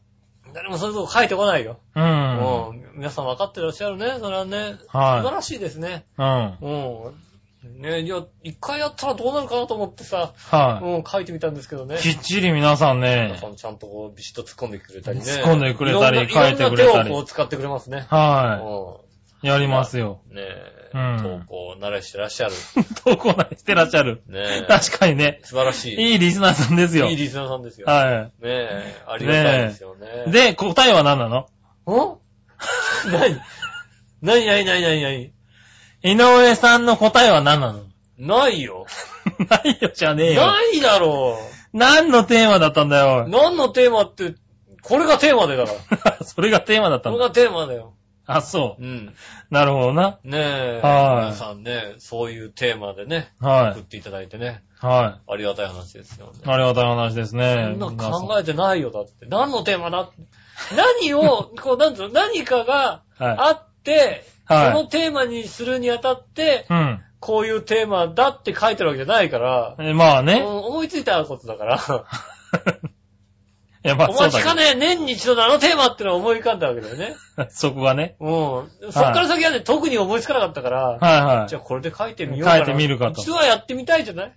B: 誰もそういうとこ書いてこないよ。
C: う。
B: うんん。皆さん分かってらっしゃるね。それはね、素晴
C: は
B: らしいですね。
C: い。うん。
B: うん。ねいや、一回やったらどうなるかなと思ってさ、
C: は
B: うん、書いてみたんですけどね
C: い。。きっちり皆さん
B: 皆
C: ね
B: さ。んちゃんとこう、ビシッと突っ込んでくれたりね。
C: 突っ込んでくれた
B: い
C: り
B: ろんな
C: 書いてくれたり
B: いろんな手をこう使ってくれますね。
C: は
B: う
C: い。やりますよ。
B: ん。ねえ、
C: うん
B: 投稿慣れしてらっしゃる。
C: 投稿内してらっしゃる。
B: ねえ、
C: 確かにね。
B: 素晴らしい。い
C: いいリスナーさんですよ。
B: リスナーさんですよ。ね
C: は
B: え、ありがたいですよね。
C: い。で、答えは何なの
B: ん 何何何何何何
C: 井上さんの答えは何なの
B: ないよ。
C: ないよじゃねえよ。
B: ないだろ
C: 何のテーマだったんだ
B: う。
C: よ。
B: 何のテーマって、これがテーマでだから。
C: それがテーマだった
B: これ
C: んだ。
B: がテーマだよ。
C: あ、そう。
B: うん。
C: なるほどな。
B: ねえ。
C: はい
B: 皆さんね、そういうテーマでね、
C: は
B: 送っていただいてね、
C: い。は
B: ありがたい話ですよね
C: い。。ありがたい話です
B: そ
C: ね。
B: んな考えてないよ、だって。何のテーマだって何 を、こう、なんつうの、何かが
C: は
B: あって、
C: い。
B: そ
C: は
B: のテーマにするにあたって
C: い。、うん。
B: こういうテーマだって書いてるわけじゃないから、
C: え、まあ
B: うん
C: ね。
B: 思いついたことだ から、
C: いや、まあ
B: お
C: そう
B: 待ち
C: だ
B: かね、
C: け
B: 年に一度のあのテーマってのは思い浮かんだわけだよね。
C: ど。 そこがね。
B: うん。そっから先はね、特に思いつかなかったから、
C: はいは
B: じ
C: い
B: ゃあこれで書いてみようかな。
C: 書いてみるかと
B: 一度はやってみたいじゃない。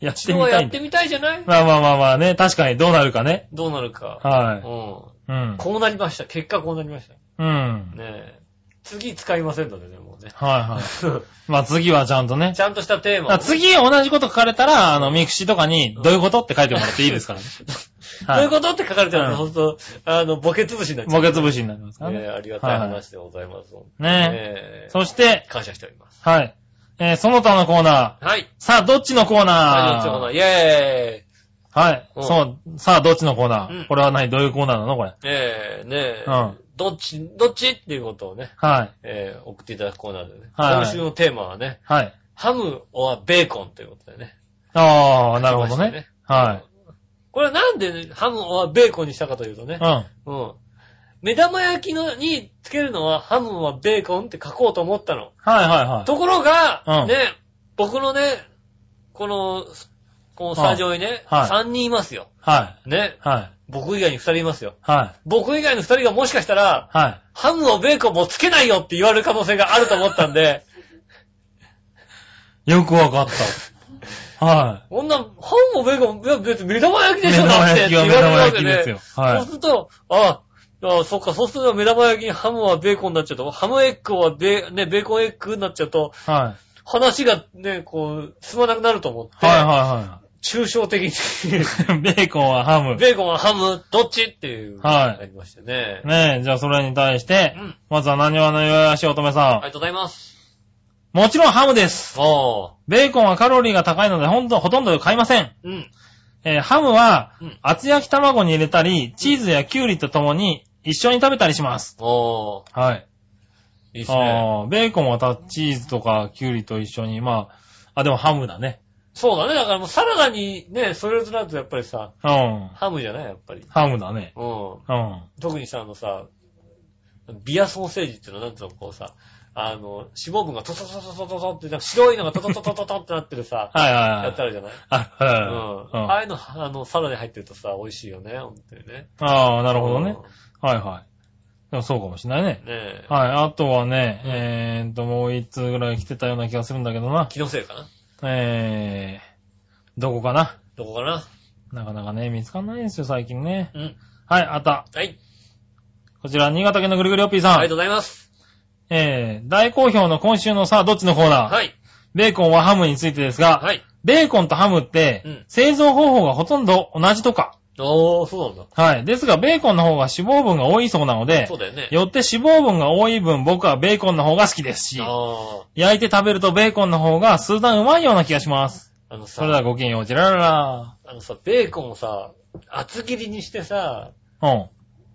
C: やっ
B: 一
C: て
B: 度
C: み
B: は
C: た
B: や
C: いん
B: っ
C: だ
B: て。みたいじゃない
C: まあまあまあまあね。確かにどうなるかね。
B: どうなるか。うん。
C: は
B: こ
C: い。うん。
B: うなりました。結果こうなりました。ね
C: うん。。
B: え。次使いませんのでね、もうね
C: はいはい。まあ次はちゃんとね
B: ち。ゃんとしたテーマ
C: あ
B: を。
C: 次同じこと書かれたら、あの、ミクシーとかに、どういうことって書いてもらっていいですからね。
B: どういう
C: は
B: ことって書かれてる
C: うん
B: のほんと、あの、ボケ潰しになっ
C: い。
B: ちゃ
C: ボ
B: う。
C: ケ潰しになりますから
B: ねえ
C: ね。
B: ありがたい話でございます。ね
C: ね
B: え
C: そして、
B: 感謝しております。
C: はい。えーその他のコーナー。
B: はい。
C: さあ、どっちのコー
B: はい、どっ
C: ナ
B: ちも
C: ー
B: ないイェーイ
C: はい。
B: うん
C: そう。さあ、どっちのコーナー、
B: うん
C: これは何どういうコーナーなのこれ。
B: ええねえ、
C: うん
B: どっち、どっちっていうことをね、
C: はい。
B: ええ送っていただくコーナーでね。
C: はいはい
B: 今週のテーマはね、
C: はい。
B: ハムはベーコンということでね。
C: ああ、なるほど
B: 書きました
C: ね。
B: ね
C: は
B: これはなんで、ね、ハムはベーコンにしたかというと
C: い。
B: ね
C: う、ん。
B: うん。目玉焼きのにつけるのはハムはベーコンって書こうと思ったの。
C: はいはいはい。
B: ところが、
C: うん
B: ね、僕のね、この、このスタジオにね、
C: はい
B: 3人いますよ。
C: はい。
B: ね、
C: はい。
B: 僕以外に2人いますよ。
C: はい。
B: 僕以外の2人がもしかしたら、
C: はい。
B: ハムをベーコンもつけないよって言われる可能性があると思ったんで、
C: よくわ かった。はい。
B: こんな、ハムもベーコン、いや別に目玉焼きでしょ
C: 目
B: だ
C: 玉
B: ってって
C: 焼きは
B: 言
C: 目
B: われる
C: 玉
B: わ
C: 焼
B: け
C: き
B: で
C: ですよ。は
B: そうすると、ああ、そっか、そうすると目玉焼きにハムはベーコンになっちゃうと、ハムエッグはベー、ね、ベーコンエッグになっちゃうと、
C: い。はい。
B: 話がね、こう、進まなくなると思って、
C: はいは
B: 抽象的に、
C: い はい。ベーコンはハム。
B: ベーコンはハム、どっちっていう、
C: は
B: あ
C: い
B: りましたね。
C: ねえ、じゃあそれに対して
B: うん、
C: まずは何話のよやし乙女
B: あり
C: さ
B: がとうございます。
C: ん。もちろんハムです。
B: おー。
C: ベーコンはカロリーが高いのでほんと、ほとんど買いません。
B: うん。
C: えーハムは
B: うん、
C: 厚焼き卵に入れたり、チーズやキュウリとともに一緒に食べたりします。
B: おー。
C: はい。
B: いいっすね。
C: あーベーコンはたチーズとかキュウリと一緒に、まあ、あ、でもハムだね。
B: そうだね。だからもうサラダにね、それとなるとやっぱりさ、
C: うん。
B: ハムじゃないやっぱり。
C: ハムだね。
B: うん。
C: うん。
B: 特にさ、あのさ、ビアソーセージっていうのはなんつうの、こうさ、あの、脂肪分がトトトトトトトって、なんか白いのがトトトトトトってなってるさ、
C: はいはいはい。
B: やつあるじゃない
C: あ、
B: うん。
C: はいはい
B: あ
C: はい。
B: あいうの、あの、サラダに入ってるとさ、美味しいよね、本当にね。
C: ああ、なるほど
B: うん
C: ね。はいはい。でもそうかもしれないね。
B: ねえ。
C: はい。あとはね、えーっと、もう一通ぐらい来てたような気がするんだけどな。
B: 気のせいかな
C: えー、どこかな
B: どこかな
C: なかなかね、見つかんないんですよ、最近ね。
B: うん。
C: はい、あった。
B: はい。
C: こちら、新潟県のぐるぐるおっぴー
B: あ
C: さ
B: りがと
C: ん。
B: うございます。
C: えー、大好評の今週のさあ、どっちのコーナー
B: はい。
C: ベーコンはハムについてですが、
B: はい。
C: ベーコンとハムって、
B: うん
C: 製造方法がほとんど同じとか。
B: おー、そうなん
C: はい。ですが、ベーコンの方が脂肪分が多いそうなの
B: だ。
C: で
B: そう、だよね。
C: よって脂肪分が多い分僕はベーコンの方が好きですし、
B: あー。
C: 焼いて食べるとベーコンの方が数段うまいような気がします。
B: あの
C: それでは
B: さ、
C: ごきげんよう、ジラララ。
B: あのさ、ベーコンをさ、厚切りにしてさ、
C: うん。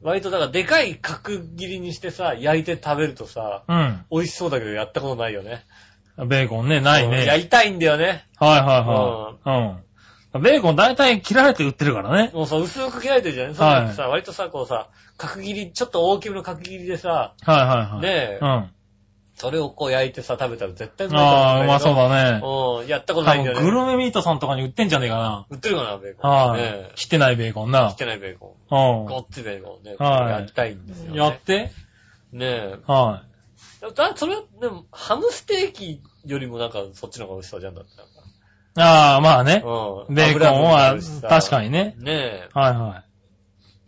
B: 割とだからでかい角切りにしてさ、焼いて食べるとさ、
C: う
B: 美味しそうだけどやったことないよね。
C: ん。ベーコンね、ない
B: うん
C: ね。
B: 焼きたいんだよね。
C: はいはいはい。うん。ベーコン大体切られて売ってるからね。
B: もうさ、薄く切られてるじゃん。そう
C: は
B: いう
C: い
B: のってさ、割とさ、こうさ、角切り、ちょっと大きめの角切りでさ、
C: はいはいはい。
B: ねえ
C: うん。あ
B: それをこう焼いてさ、食べたら絶対うまいと思
C: あー、うまそう
B: だ
C: だね。
B: ね。うん、やったこ
C: 多
B: とないんだ
C: 分
B: よ
C: グ
B: ね。
C: ルメミートさんとかに売ってんじゃねえか
B: 売ってるかな、ベーコ
C: な。
B: ン。
C: は
B: ね
C: い
B: え。
C: 切ってないベーコンな
B: 切っ。てないベーコ
C: う
B: ン。ご
C: ん。
B: っついベーコンね。
C: はい
B: やりたいんですよ、ね。
C: やって
B: ねえ。
C: は
B: だそれ、でも、ハムステーキよりもなんか、そっちの方が美味しそうじゃんだってなんか。
C: い。ああ、まあね。
B: うん。
C: ベーコンは、確か
B: に。
C: にね。
B: ね
C: はいは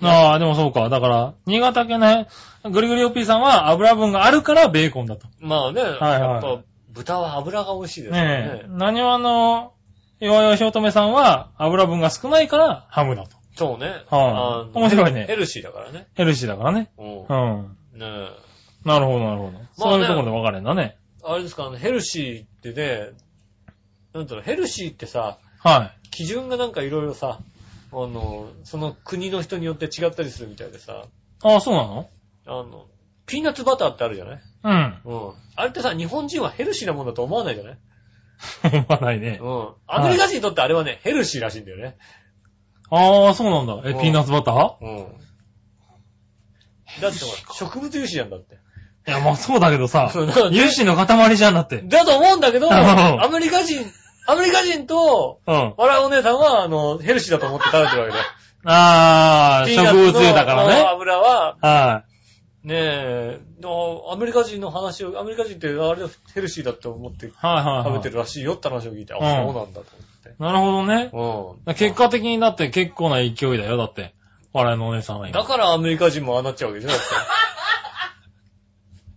C: い。ああ、でもそうか。だから、新潟県のグリグリオピーさんは油分があるからベーコンだと。
B: え。まあね、
C: はい
B: やっぱ、豚は油が美味しいですよ
C: ねえ
B: ね。。
C: 何はの、岩よしおとめさんは油分が少ないからハムだと。
B: そうね。
C: は
B: あ
C: い
B: の
C: 面白いね
B: ヘルシーだからね。
C: ヘルシーだからね。
B: う。
C: うんん。
B: ねえ。
C: なるほど、なるほど。そういうところで分かれんだね。
B: あれですか、あのヘルシーってね、なんだろうの、ヘルシーってさ、
C: は
B: 基準がなんかいろいろさ、あの、その国の人によって違ったりするみたいでさ、
C: ああ、そうなの
B: あの、ピーナッツバターってあるじゃない
C: うん。
B: うん。あれってさ、日本人はヘルシーなもんだと思わないじゃない
C: 思わないね
B: う。ん。アメリカ人にとってあれはね、ヘルシーらしいんだよね。
C: ああ、そうなんだ。え、
B: うん
C: ピーナッツバター
B: うん。だってほら、植物油脂なんだって。
C: いや、まあそうだけ どさ、
B: そうだからね
C: 油脂の塊じゃんだって。
B: だと思うんだけど、
C: うん
B: アメリカ人、アメリカ人と、
C: うん。
B: 笑うお姉さんは、あの、ヘルシーだと思って食べてるわけだよ。
C: ああ、
B: ピー
C: 植
B: ナッツ
C: 物
B: の
C: 油だから
B: あの
C: ね。
B: 油は、
C: は
B: ねえ、あアメリカ人の話を、アメリカ人ってあれヘルシーだって思って
C: い。はいはい、はい。
B: 食べてるらしいよって話を聞いて、あ、
C: うん
B: そうなんだと
C: なるほどね。
B: 思って。うん。
C: 結果的にだって結構な勢いだよ、だって。笑いのお姉さんは
B: だ
C: 今。
B: からアメリカ人もああなっちゃうわけ でしょ、だっ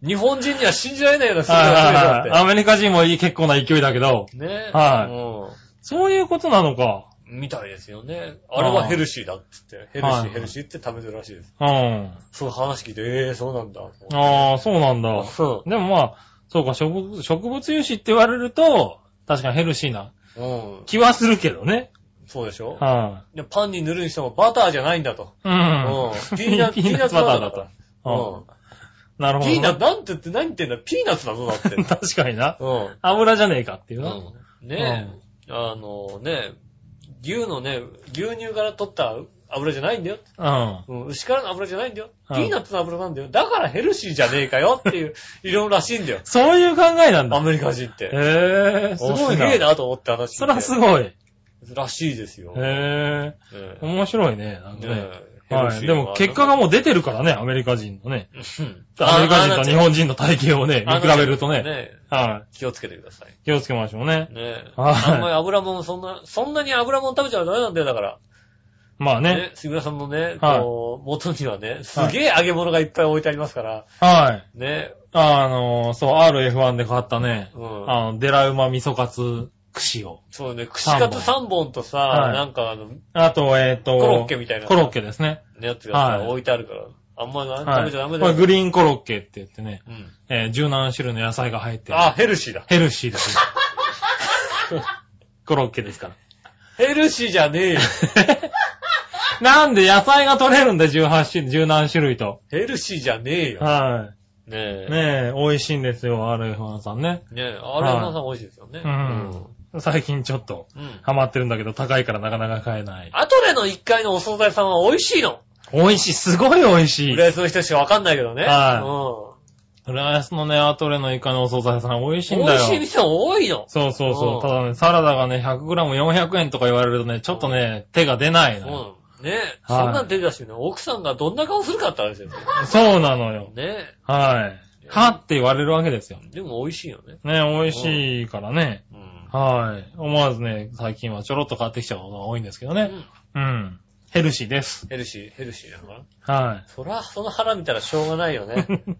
B: て。日本人には信じられないような数字
C: はいはい
B: だ
C: はい。
B: っ
C: アメリカ人もいい結構な勢いだけど、
B: て。ねえ。
C: はい
B: うん
C: そういうことなのか。
B: みたいですよね。あれはヘルシーだって言って、ヘルシ
C: は
B: ー、
C: い
B: ヘルシーって食べてるらしいです。
C: うん。
B: その話聞いて、ええー、そうなんだ。
C: ああ、そうなんだ。
B: そ
C: でもまあ、そうか、植物植物油脂って言われると、確かにヘルシーな
B: う。うん。
C: 気はするけどね。
B: そうでしょ
C: は
B: でパンに塗るにしてもバターじゃないんだと。
C: い。う。
B: うんピーナ
C: ピ
B: ピー
C: ーナ
B: ナ
C: ッ
B: ッ
C: ツ
B: ツ
C: バ
B: バター
C: ターだ
B: だ
C: と
B: と。
C: うん
B: う
C: なる
B: ん。
C: ほど
B: ピーナッ
C: な。
B: ツ、なんて言って、何言ってんだピーナッツだぞ、だっ て。
C: 確かにな。
B: う
C: 油じゃねえかっていうな。
B: ん。うん。ねえ、あのね、牛のね、牛乳から取った油じゃないんだよ。
C: うん。
B: うん、牛からの油じゃないんだよ。
C: うん
B: ピーナッツの油なんだよ。だからヘルシーじゃねえかよって いう理論らしいんだよ。
C: そういう考えなん
B: ア
C: だ。
B: メリカ人って。
C: へえ、すごい
B: おすげえ
C: な。
B: なと思って話して。
C: そらすごい。へ
B: らしいですよ。
C: え、
B: ええ
C: 面白いね。なんかね
B: ねえヘル
C: は
B: シー
C: い。
B: な
C: でも結果がもう出てるからね、アメリカ人のね。
B: うん
C: アメリカ人と日本人の体型をね、
B: あ
C: 見比べると
B: あの
C: ね。
B: ね
C: は
B: 気をつけてください。
C: い。気をつけましょうね。
B: ねえ。
C: はい
B: あんまり油もんそんな、そんなに油もん食べちゃダメなんだよ、だから。
C: まあね。
B: ね。杉村さんのね、
C: はい
B: こう、元にはね、すげえ揚げ物がいっぱい置いてありますから。
C: はい。
B: ね。
C: あの、そう、RF1 で買ったね。
B: うん。
C: あの、デラウマ味噌カツ串を。
B: そうね、串カツ3本とさ、
C: はい
B: なんかあの、
C: あと、えっと、
B: コロッケみたいな
C: コロッケですね。
B: やつがさ、
C: はい
B: 置いてあるから。あんまりな
C: は
B: 食べ
C: い。
B: ちゃダ
C: こ
B: メだよ。
C: れグリーンコロッケって言ってね、
B: うん。
C: えー、十何種類の野菜が入ってる
B: あ、ヘルシーだ。
C: ヘルシーですよ。 コロッケですから。
B: ヘルシーじゃねえよ。
C: なんで野菜が取れるんだ、18種類、十何種類と。
B: ヘルシーじゃねえよ。
C: は
B: ね
C: い。
B: え。
C: ねえ、美味しいんですよ、RF1 さんね。
B: ねえ、あれは皆さん美味しいですよね。
C: うん最近ちょっと、
B: うん。うん。
C: ハマってるんだけど、高いからなかなか買えない。
B: アトレの1階のお惣菜さんは美味しいの。
C: 美味しい、すごい美味しい。
B: フレースの人しかわかんないけどね。
C: はフランスのね、アトレのイカのお惣菜屋さん美味しい
B: うんん。
C: だ
B: 美
C: よ。
B: 味しい店多いの。
C: そうそうそうう。
B: ん
C: ただね、サラダがね、100g400 円とか言われるとね、ちょっとね、手が出ないうのよ。
B: ん。ねえ、そんなん出たしね、奥さんがどんな顔するかって話ですよ。
C: そうなのよ。
B: ね
C: はい。はって言われるわけですよ。
B: え、でも美味しいよね。
C: ね、美味しいからね。
B: うん。
C: はい。思わずね、最近はちょろっと買ってきちゃうことが多いんですけど
B: う
C: ね。
B: ん
C: うん。ヘルシーです。
B: ヘルシー、ヘルシーだから。
C: は
B: そら、その腹見たらしょうがないよ ね。うん。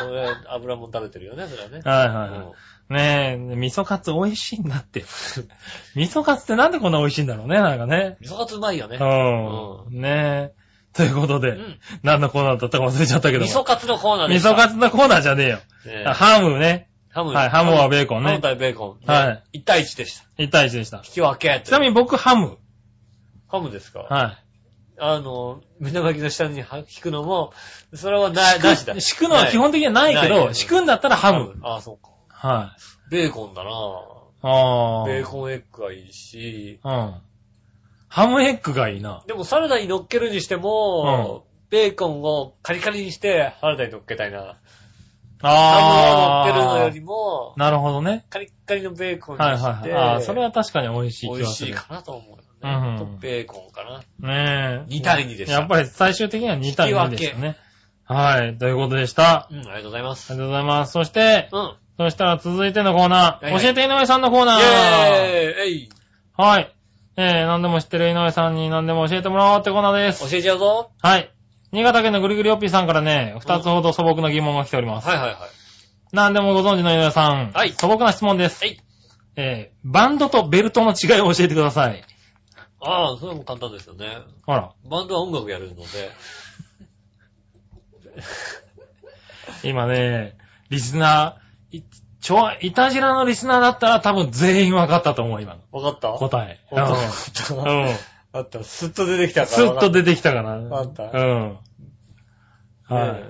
B: それ、油もん食べてるよね、それはね
C: い。。はいはいは
B: う
C: い。ねえ、味噌カツ美味しいんだって。 味噌カツってなんでこんな美味しいんだろうね、なんかね。
B: ん。味噌カツうまいよね。う
C: う。
B: ん
C: ねえ。ということで、
B: うん
C: 何のコーナーだったか忘れちゃったけども。
B: 味噌カツのコーナーで
C: 味
B: した
C: 噌カツのコーナーじゃねえよ。
B: ねえ
C: ハムね。
B: ハム。
C: はいハムはベーコンね
B: ハム対ベーコン。。
C: はい
B: 1対1でした。
C: 1対1でした。
B: 引き分け。
C: ちなみに僕、ハム。
B: ハムですか
C: は
B: あの、目玉焼きの下には引くのも、それはな、
C: い。
B: なしだ。
C: 敷くのは基本的にはないけ
B: ない
C: ど、
B: ない
C: 敷くんだったらハム。。
B: ああ、そうか。
C: はい。
B: ベーコンだな
C: ああ。
B: ベーコンエッグがいいし、
C: うん。ハムエッグがいいな。
B: でもサラダに乗っけるにしても、ベーコンをカリカリにしてサラダに乗っけたいな。ハ
C: あ
B: ムを乗っけるのよ
C: あ
B: り。も、
C: なるほどね。
B: カリッカリのベーコンに
C: はいはい
B: し
C: はい。
B: て、
C: ああ、それは確かに美味しい気
B: 美
C: が
B: 味
C: す
B: しい
C: る。
B: かなと思う
C: うん
B: よね。とベーコンかな。
C: ねえ。
B: 二対二でした
C: やっぱり最終的には2対2でしたね。はい。ということでした。あ
B: うん、ありがとうございます。
C: りがとうございます。そして、
B: うん。
C: そしたら続いてのコーナー。
B: はいはい
C: 教えて井上さんのコーナー。
B: イェーイえい
C: はい。えー、何でも知ってる井上さんに何でも教えてもらおうってコーナーです。
B: 教えちゃうぞ
C: はい。新潟県のぐりぐりおっぴーさんからね、二つほど素朴な疑問が来ております。
B: はいはいはい。
C: 何でもご存知の井上さん。
B: はい
C: 素朴な質問です。
B: はい。
C: えー、バンドとベルトの違いを教えてください。
B: ああ、それも簡単ですよね。
C: ほら、
B: バンドは音楽やるので、
C: 今ね、リスナー、い、ちょ、いたじらのリスナーだったら多分全員分かったと思う、今の
B: わかった
C: 答え。
B: わかっ
C: う
B: た。
C: ん。うん。
B: ああった。スッと出てきたから。
C: スッと出てきたから。
B: わかった
C: うん。は
B: ね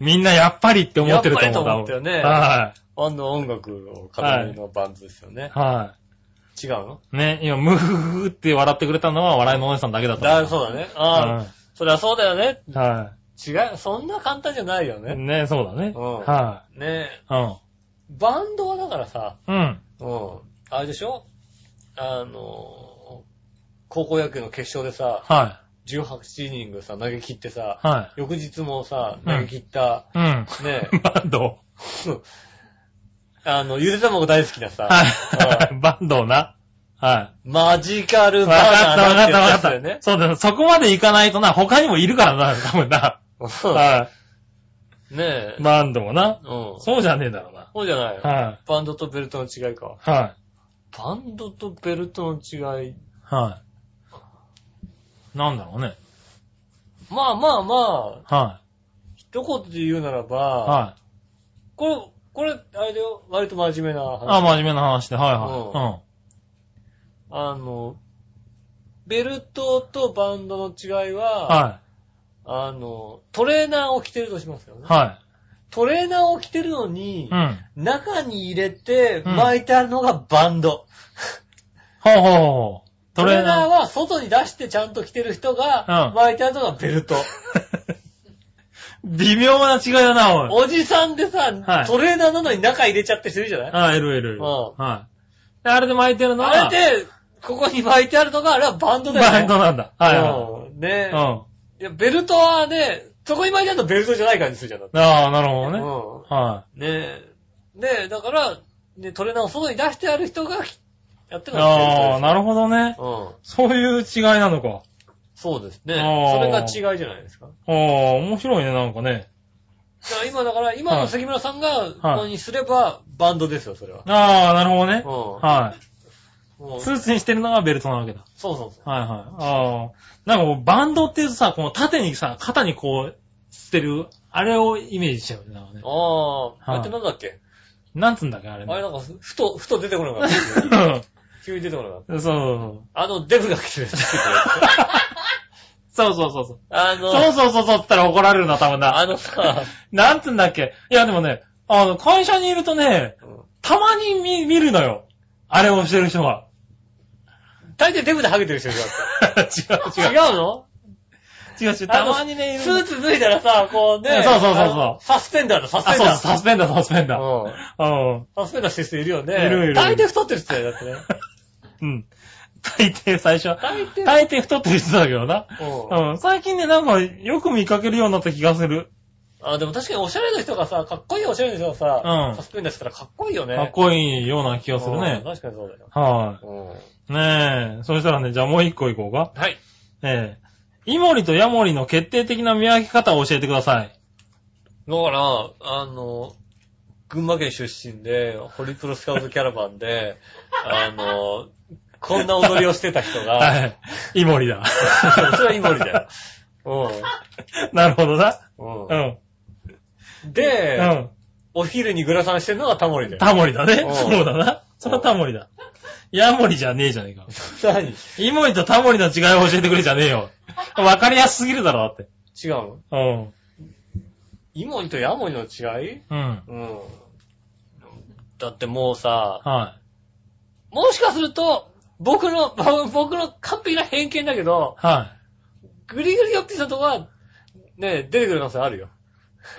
C: い。みんなやっぱりって思ってると思
B: や
C: う。
B: っぱりと思ったよね
C: 多分は
B: あの音楽を語るのバンドですよね。
C: い。は
B: 違うの
C: い。ね、今、ムフフフって笑ってくれたのは笑いのお姉さんだけだった。
B: だ、そうだね。ああ、そりゃそうだよね。
C: うん。は
B: 違う、そんな簡単じゃないよ
C: い。
B: ね。
C: ね、そうだね。
B: うん
C: は
B: ねえ、
C: い。うん。
B: バンドはだからさ、
C: うん。
B: うん、あれでしょあの、高校野球の決勝でさ、
C: は
B: 18イニングさ、投げ切ってさ、
C: い。は
B: 翌日もさ、
C: うん
B: 投げ切った、
C: い。うん。
B: ね
C: バンド。
B: え、あの、ゆで卵大好き なさ、
C: はい。バンドな。は
B: マジカ
C: い。
B: ル
C: わ
B: バ
C: か
B: ナ
C: ったわ
B: ナっ
C: かってたわ
B: や
C: か
B: つ
C: っ
B: だ
C: た。
B: よね。
C: そうだよ。そこまで行かないとな、他にもいるからな、多分な。は
B: うんねえ
C: い。、バンドもな。
B: うん。
C: そうじゃねえだろうな。
B: そうじゃないよ。
C: は
B: バンドとベルトの違いか。
C: い。はい。
B: バンドとベルトの違い。
C: はい。なんだろうね。
B: まあまあまあ、
C: は
B: 一言で言うならば、
C: い。はい。
B: これ、これ、あれだよ、割と真面目な話。
C: あ、
B: あ
C: 真面目な話で、はいは
B: の、ベルトとバンドの違い
C: い。うん。
B: は、
C: は
B: あの、トレーナーを着てるとしますよ
C: い。
B: ね。
C: は
B: トレーナーを着てるのに、
C: い。うん。
B: 中に入れて
C: うん
B: 巻いてあるのがバンド。
C: ほうほうほう。
B: ト
C: ト
B: レ
C: レ
B: ー
C: ー
B: ナー
C: ナー。
B: は外に出してちゃんと着てる人が
C: うん
B: 巻いてあるのがベルト。
C: 微妙な違いだな、おい。
B: おじさんでさ、
C: はい
B: トレーナーなのに中入れちゃってするじゃない
C: ああ、いるいるいる。
B: うん
C: はい。であれで巻いてるのは、
B: あれで、ここに巻いてあるのが、あれはバンドだよね。
C: バンドなんだ。はいは
B: うん。ね
C: い。うん。あ
B: いや、ベルトはね、そこに巻いてあるとベルトじゃない感じするじゃん。だって
C: あ、なるほどね。
B: う
C: は
B: ん。ねえ。ねえ、だから、ね、トレーナーを外に出してある人がやって
C: い。
B: るのが
C: ああ、なるほどね。
B: ベルトです。うん。
C: そういう違いなのか。
B: そうですね。
C: あー
B: それが違いじゃないですか。だ
C: ああ、面白いね、なんかね。
B: から今だから、今の杉村さんが、ここにすれば、バンドですよ、それは。
C: ああ、なるほどね。
B: う
C: は
B: ん。も
C: い。
B: う
C: ス
B: そう
C: ーツにしてるのがベルトなわけだ。
B: そうそう。
C: はいはい。ああ。なんかもうバンドっていうとさ、この縦にさ、肩にこう、捨てる、あれをイメージしちゃうよね。なんかね
B: ああ、
C: は
B: あ
C: い
B: れってなんだっけ
C: なんつうんだっけ、あれ
B: あれ
C: ね。
B: なんか、ふと、ふと出てこなかった。 急に出てこなかった。
C: そうそう
B: あの、デブが来てる。
C: そう。そうそうそうそう。
B: あ
C: そう
B: の、
C: そうそうそうって言ったら怒られるな、多分な。
B: あのさ、
C: なんつうんだっけ。いや、でもね、あの、会社にいるとね、たまに見、見るのよ。あれをしてる人 は。
B: 大抵デブでハゲてる人いるわ
C: 違う
B: け。違
C: 違う。
B: うの
C: 違う違う。たまにね、いる
B: スーツ脱いだらさ、こうね。
C: そうそうそうそう
B: あのサスペンダーだ、サス
C: あ、
B: ペン
C: そ
B: ダ
C: う
B: ー。
C: そう、サスペンダー、サスペンダー。
B: うん
C: うん。
B: サスペンダーしてる人いるよね。
C: いるいる
B: 大抵太ってる人だよ、だってね。
C: うん。 大抵最初、
B: 大抵
C: 大抵太ってる人だけどな。
B: うん。
C: うん。最近ね、なんか、よく見かけるようになった気がする。
B: あ、でも確かにおしゃれな人がさ、かっこいいおしゃれな人がさ、
C: うん
B: サスペンダーしてたらかっこいいよね。
C: かっこいいような気がする
B: うん
C: ね。
B: 確かにそうだよ。
C: は
B: う
C: い。ねえ。そしたらね、じゃあもう一個いこうか。
B: ん。はい。
C: ええ。イモリとヤモリの決定的な見分け方を教えてください。
B: だから、あの、群馬県出身で、ホリプロスカウトキャラバン で、あの、こんな踊りをしてた人 が、
C: はい。イモリだ。
B: それはイモリ だよ。う
C: なるほどな。
B: ん。
C: う。
B: うんん。で、
C: うん。
B: お昼にグラサンしてるのがタモリだよ。
C: タモリだね
B: う。ん
C: そうだな。それはタモリだ。ヤモリじゃねえじゃねえか。
B: 何違う
C: イモリとタモリの違いを教えてくれじゃねえよ。わかりやすすぎるだろ、だって。
B: の
C: うん。
B: イモリとヤモリの違い
C: うん。
B: うん。だってもうさ、
C: は
B: もしかすると、僕の、 僕の完璧な偏見だけ
C: い。
B: ど、
C: はい。
B: グリグリよっぴさとは、ね、出てくる可能性あるよ。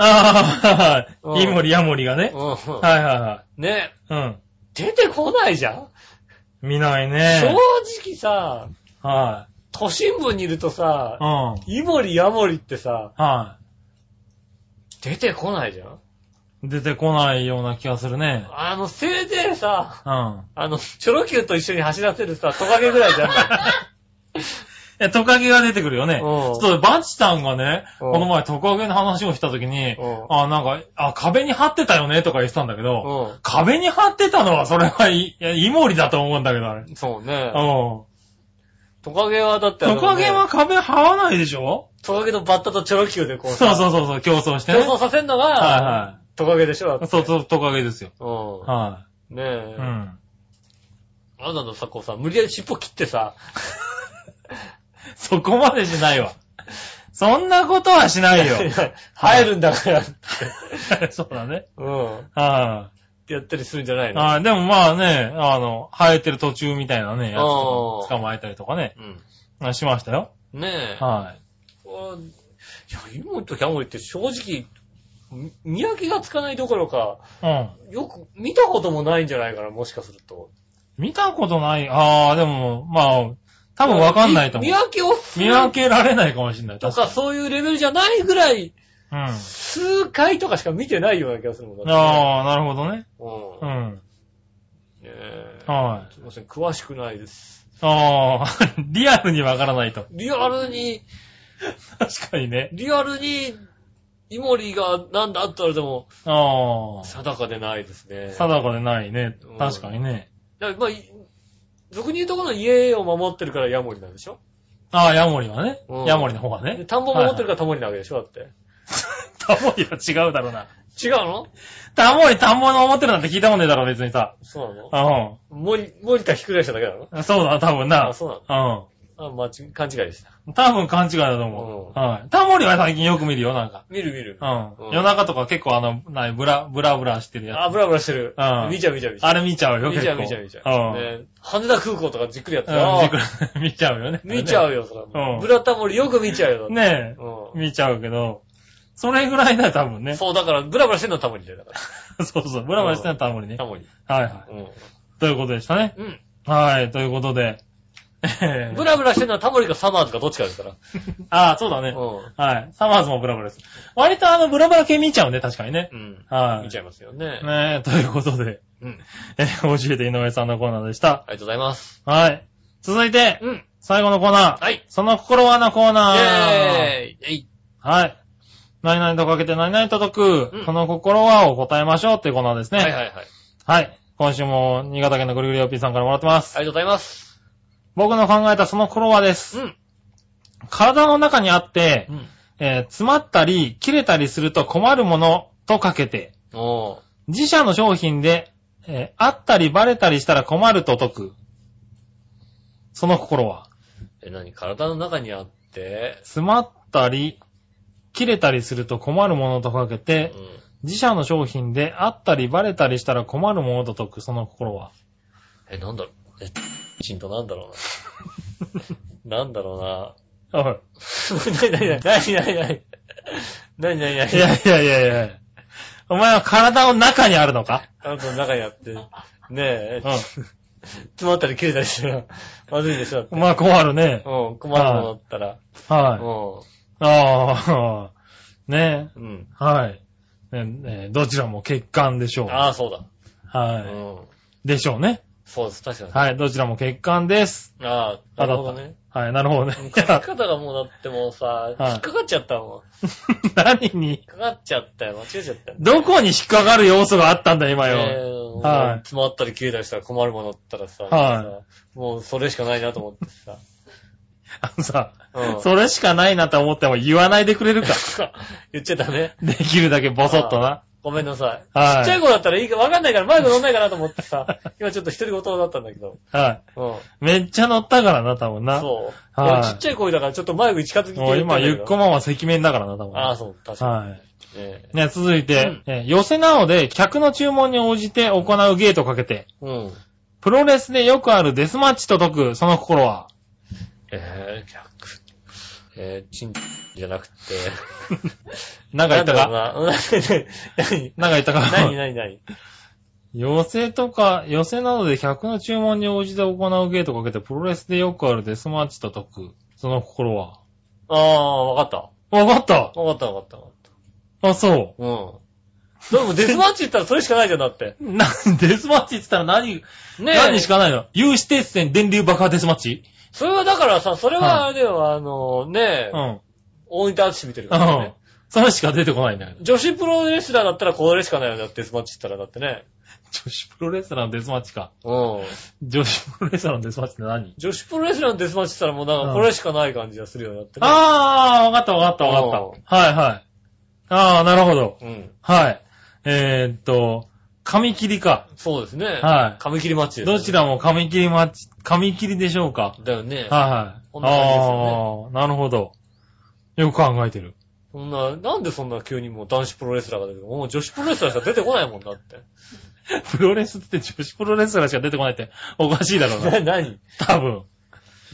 C: ああ、
B: う
C: は
B: ん
C: い。イモリ、ヤモリがね。
B: う
C: はいはいは
B: ん。ね、
C: い。うん。
B: 出てこないじゃん
C: 見ない
B: 正
C: ね。
B: 直さ、
C: は
B: 都心部にいると
C: い。
B: さ
C: う、ん。
B: イモリヤモリってさ、
C: は
B: 出てこないじゃん
C: い。出てこないような気がするね。
B: あの、せいぜいさ、
C: うん。
B: あの、チョロ Q と一緒に走らせるさ、トカゲぐらいじゃん。
C: え、トカゲが出てくるよね。
B: うん
C: そう、バチさんがね、
B: うん
C: この前トカゲの話をしたときに
B: うん、
C: あ、なんか、あ、壁に貼ってたよねとか言ってたんだけど、
B: う
C: 壁に貼ってたのはそれはい、いやイモリだと思うんだけど、あれ。うん
B: ん。そうね。
C: ト
B: トカゲはだってあの
C: カゲは壁貼らないでしょ
B: トカゲとバッタとチョロ Q でこう
C: そう
B: う。
C: そうそうそう、競争して
B: 競
C: ね。
B: 争させんのが、
C: は
B: トカゲでしょだっ
C: い
B: て
C: はい。そうそう、トカゲですよ。
B: う
C: は
B: ん。ね
C: い。
B: え。
C: うん。
B: あなたのさ、こうさ、無理やり尻尾切ってさ、
C: そこまでしないわ。そんなことはしないよ。
B: 入るんだからって。
C: そうだね。
B: うん。っ
C: は
B: てやったりするんじゃない
C: い。
B: の
C: はい。でもまあね、あの、生えてる途中みたいなね、やつ
B: あ
C: と
B: ー
C: か捕まえたりとかね、
B: うん。
C: しましたよ。
B: ねえ。
C: は
B: これいや、今の時あんまりって正直、み見分けがつかないどころか、
C: い。うん。
B: よく見たこともないんじゃないかな、もしかすると。
C: 見たことない。ああ、でも、まあ、多分わかんないと思
B: 見
C: う。
B: 分けを
C: 見分けられないかもしれない。
B: と
C: 確か
B: か、そういうレベルじゃないぐらい、
C: に。うん。
B: 数回とかしか見てないような気がするもんだってね
C: ああ、なるほどね。
B: う。
C: うん
B: ね
C: ん。
B: え
C: は
B: すいません、詳しくないです。
C: い。ああ、 リアルにわからないと。
B: リアルに、
C: 確かにね。
B: リアルに、イモリがなんだって言われても、
C: ああ、
B: 定かでないですね。
C: 定かでないね
B: うん。
C: 確かにね。
B: だからまあ、い俗に言うところの家を守ってるからヤモリなんでしょ
C: ああ、ヤモリはね
B: うん。
C: ヤモリの方が
B: で
C: ね。
B: 田んぼ守ってるからタモリなわけでしょだって。
C: タモリは違うだろうな。
B: 違うの
C: タモリ、田んぼの思ってるなんて聞いたもんねえだろ、別にさ。
B: そうなの
C: う
B: 森、森田ひっくり返しただけなの
C: ん。そうだ、多分な
B: あ、。そうなの
C: うん。
B: あ、まち、勘違いでした。
C: 多分勘違いだと思
B: う
C: う。はい。タモリは最近よく見るよ、なんか。
B: 見る見る。
C: う
B: うん
C: ん。夜中とか結構あの、なブラ、ブラブラしてる
B: あ、
C: や
B: ブラブラしてる。
C: うん
B: 見ちゃう見ちゃう見
C: つ。
B: ちゃう。
C: あれ見ちゃうよ、
B: 見
C: 結
B: ちゃ
C: 構。
B: う見ちゃう見ちゃ
C: うん
B: う。。ね羽田空港とかじっくりやって
C: う
B: る。
C: ん
B: あ
C: じ
B: ー
C: っくり 見ちゃうよね。
B: 見ちゃう
C: よ。
B: よ、そ
C: うん
B: ら。ブラタモリよく見ちゃうよ。。
C: ねえ。
B: う
C: 見ちゃうけど、それぐらいだよ、多分
B: ん。
C: ね。そ
B: そう、だから、ブラブラしてんのはタモリだよ、だか
C: う そう、ブラブラしてんのタモリね
B: ら。タ。モリ。
C: はいは
B: う
C: い。ということでしたね。
B: ん。
C: はい、ということで。え
B: うん。 ブ
C: ー
B: ラブラしてんのはタモリかサマーズかどっちかですから。
C: ああ、そうだね。
B: う
C: はい。サマーズもブラブラです。割とあの、ブラブラ系見ちゃうね、確かにね。
B: ん。うん。
C: はい
B: 見。ちゃいますよね。
C: ねえ、ということで、
B: うん。
C: えー教えて井上さんのコーナーでした。
B: ありがとうございます。
C: はい。続いて、
B: うん。
C: 最後のコーナー。
B: はい。
C: その心はのコーナー。
B: イェーイ。えい
C: はい。何々とかけて何々と解く、
B: うん
C: その心はを答えましょうっていうコーナーですね。
B: は
C: はいい。
B: はいはい。あり
C: 今週も新潟県のぐるぐるよぴーさんからもらってます。
B: がとうございます。
C: 僕の考えたその心はです。
B: うん。
C: 体の中にあって、
B: うん。
C: えー詰まったり、切れたりすると困るものとかけて、
B: おー。
C: 自社の商品で、えーあったりバレたりしたら困ると解く。その心は。
B: え、何体の中にあって、
C: 詰まったり、切れたりすると困るものとかけ
B: う
C: て、
B: ん。
C: 自社の商品であったりバレたりしたら困るものと解く、その心は。
B: え、なんだろう、え、ちんとなんだろうな。 なんだろうな。
C: は
B: なになになになになになになになにないに
C: やいやいやいやお前は体の中にあるのか
B: あなたの中にあって、ねえ、
C: う
B: 詰まったり切れたりしたら、まずいでしょ。
C: ん。まあ困るね。
B: うん、困るものだったら。
C: はい。
B: う
C: ああ、ね
B: ん。うん。
C: え。はい。ねねどちらも欠陥でしょう。
B: ああ、そうだ。う
C: は
B: ん。
C: い。でしょうね。
B: そうです、確かに。
C: はい。どちらも欠陥です。
B: ああ、な
C: 当
B: る
C: た
B: ほ
C: っ
B: ど
C: た。
B: ね。
C: はい。なるほどね。い
B: 書
C: や
B: き方がもうだってもうさ、引っかかっちゃったもん。引
C: 何に、
B: っかかっちゃったよ。間違えちゃったよ。
C: どこに引っかかる要素があったんだ、今よ。
B: えー
C: はい
B: 詰まったり切れたりしたら困るものだったらさ、
C: は
B: もうそれしかないなと思ってさ。
C: あのさ、
B: うん
C: それしかないなと思っても言わないで くれるか。
B: 言っちゃダメ。
C: できるだけボソッとな。
B: ごめんなさい。
C: はい
B: ちっちゃい子だったらいいか、わかんないから、マイク乗んないかなと思ってさ、今ちょっと一人ごとだったんだけど。
C: は
B: うん。
C: い。めっちゃ乗ったからな、多分な。
B: そう。
C: はい
B: 俺ちっちゃい声だからちょっとマイク近づいて
C: もう
B: 言ったん
C: 今、
B: だけ
C: ゆ
B: ど
C: っこまんは赤面だからな、多分な。
B: ああ、そう、確か
C: は
B: に。ね
C: い。ね、続いて、
B: うん
C: え寄せなので、客の注文に応じて行うゲートをかけて、
B: うん。
C: プロレスでよくあるデスマッチと解く、その心は。
B: えー、逆。えー、チンじゃなくて。
C: なんか言った
B: なん
C: か
B: だろうな。何
C: なんか言ったか
B: 何何何
C: 寄せとか、寄せなどで客の注文に応じて行うゲートをかけて、プロレスでよくあるデスマッチと解く、その心は。
B: ああ、わかった。
C: わかった
B: わかったわかったわかった。
C: あ、そ
B: うん。でもデスマッチ言ったらそれしかないじゃん、だって。
C: う。な、デスマッチって言ったら何、
B: ねえ。
C: 何しかないの有刺鉄線電流爆破デスマッチ
B: それはだからさ、それはあれだよ、あの、ねえ
C: う、ん。
B: 大仁田淳見てる
C: う
B: から
C: ん
B: ね。。
C: それしか出てこないんだけど。
B: 女子プロレスラーだったらこれしかないよね、だってデスマッチ言ったらだってね。
C: 女子プロレスラーのデスマッチか。
B: うん。
C: 女子プロレスラーのデスマッチって何
B: 女子プロレスラーのデスマッチ言ったらもうなんかこれしかない感じがするよね、だってね。
C: あー、わかったわかったわかった。はいはい。あー、なるほど。
B: うん。
C: はい。えーっと、紙切りか。
B: そうですね。。
C: はい
B: 髪切りマッチですね
C: どちらも紙切りマッチ、紙切りでしょうか。
B: だよね。
C: はい
B: こん
C: は
B: な感
C: い。
B: じですよ
C: ああ、なるほど。よく考えてる。
B: そんな、なんでそんな急にもう男子プロレスラーが出てくるもう女子プロレスラーしか出てこないもんだ って。
C: プロレスって女子プロレスラーしか出てこないっておかしいだろうな。
B: な、なに
C: 多分。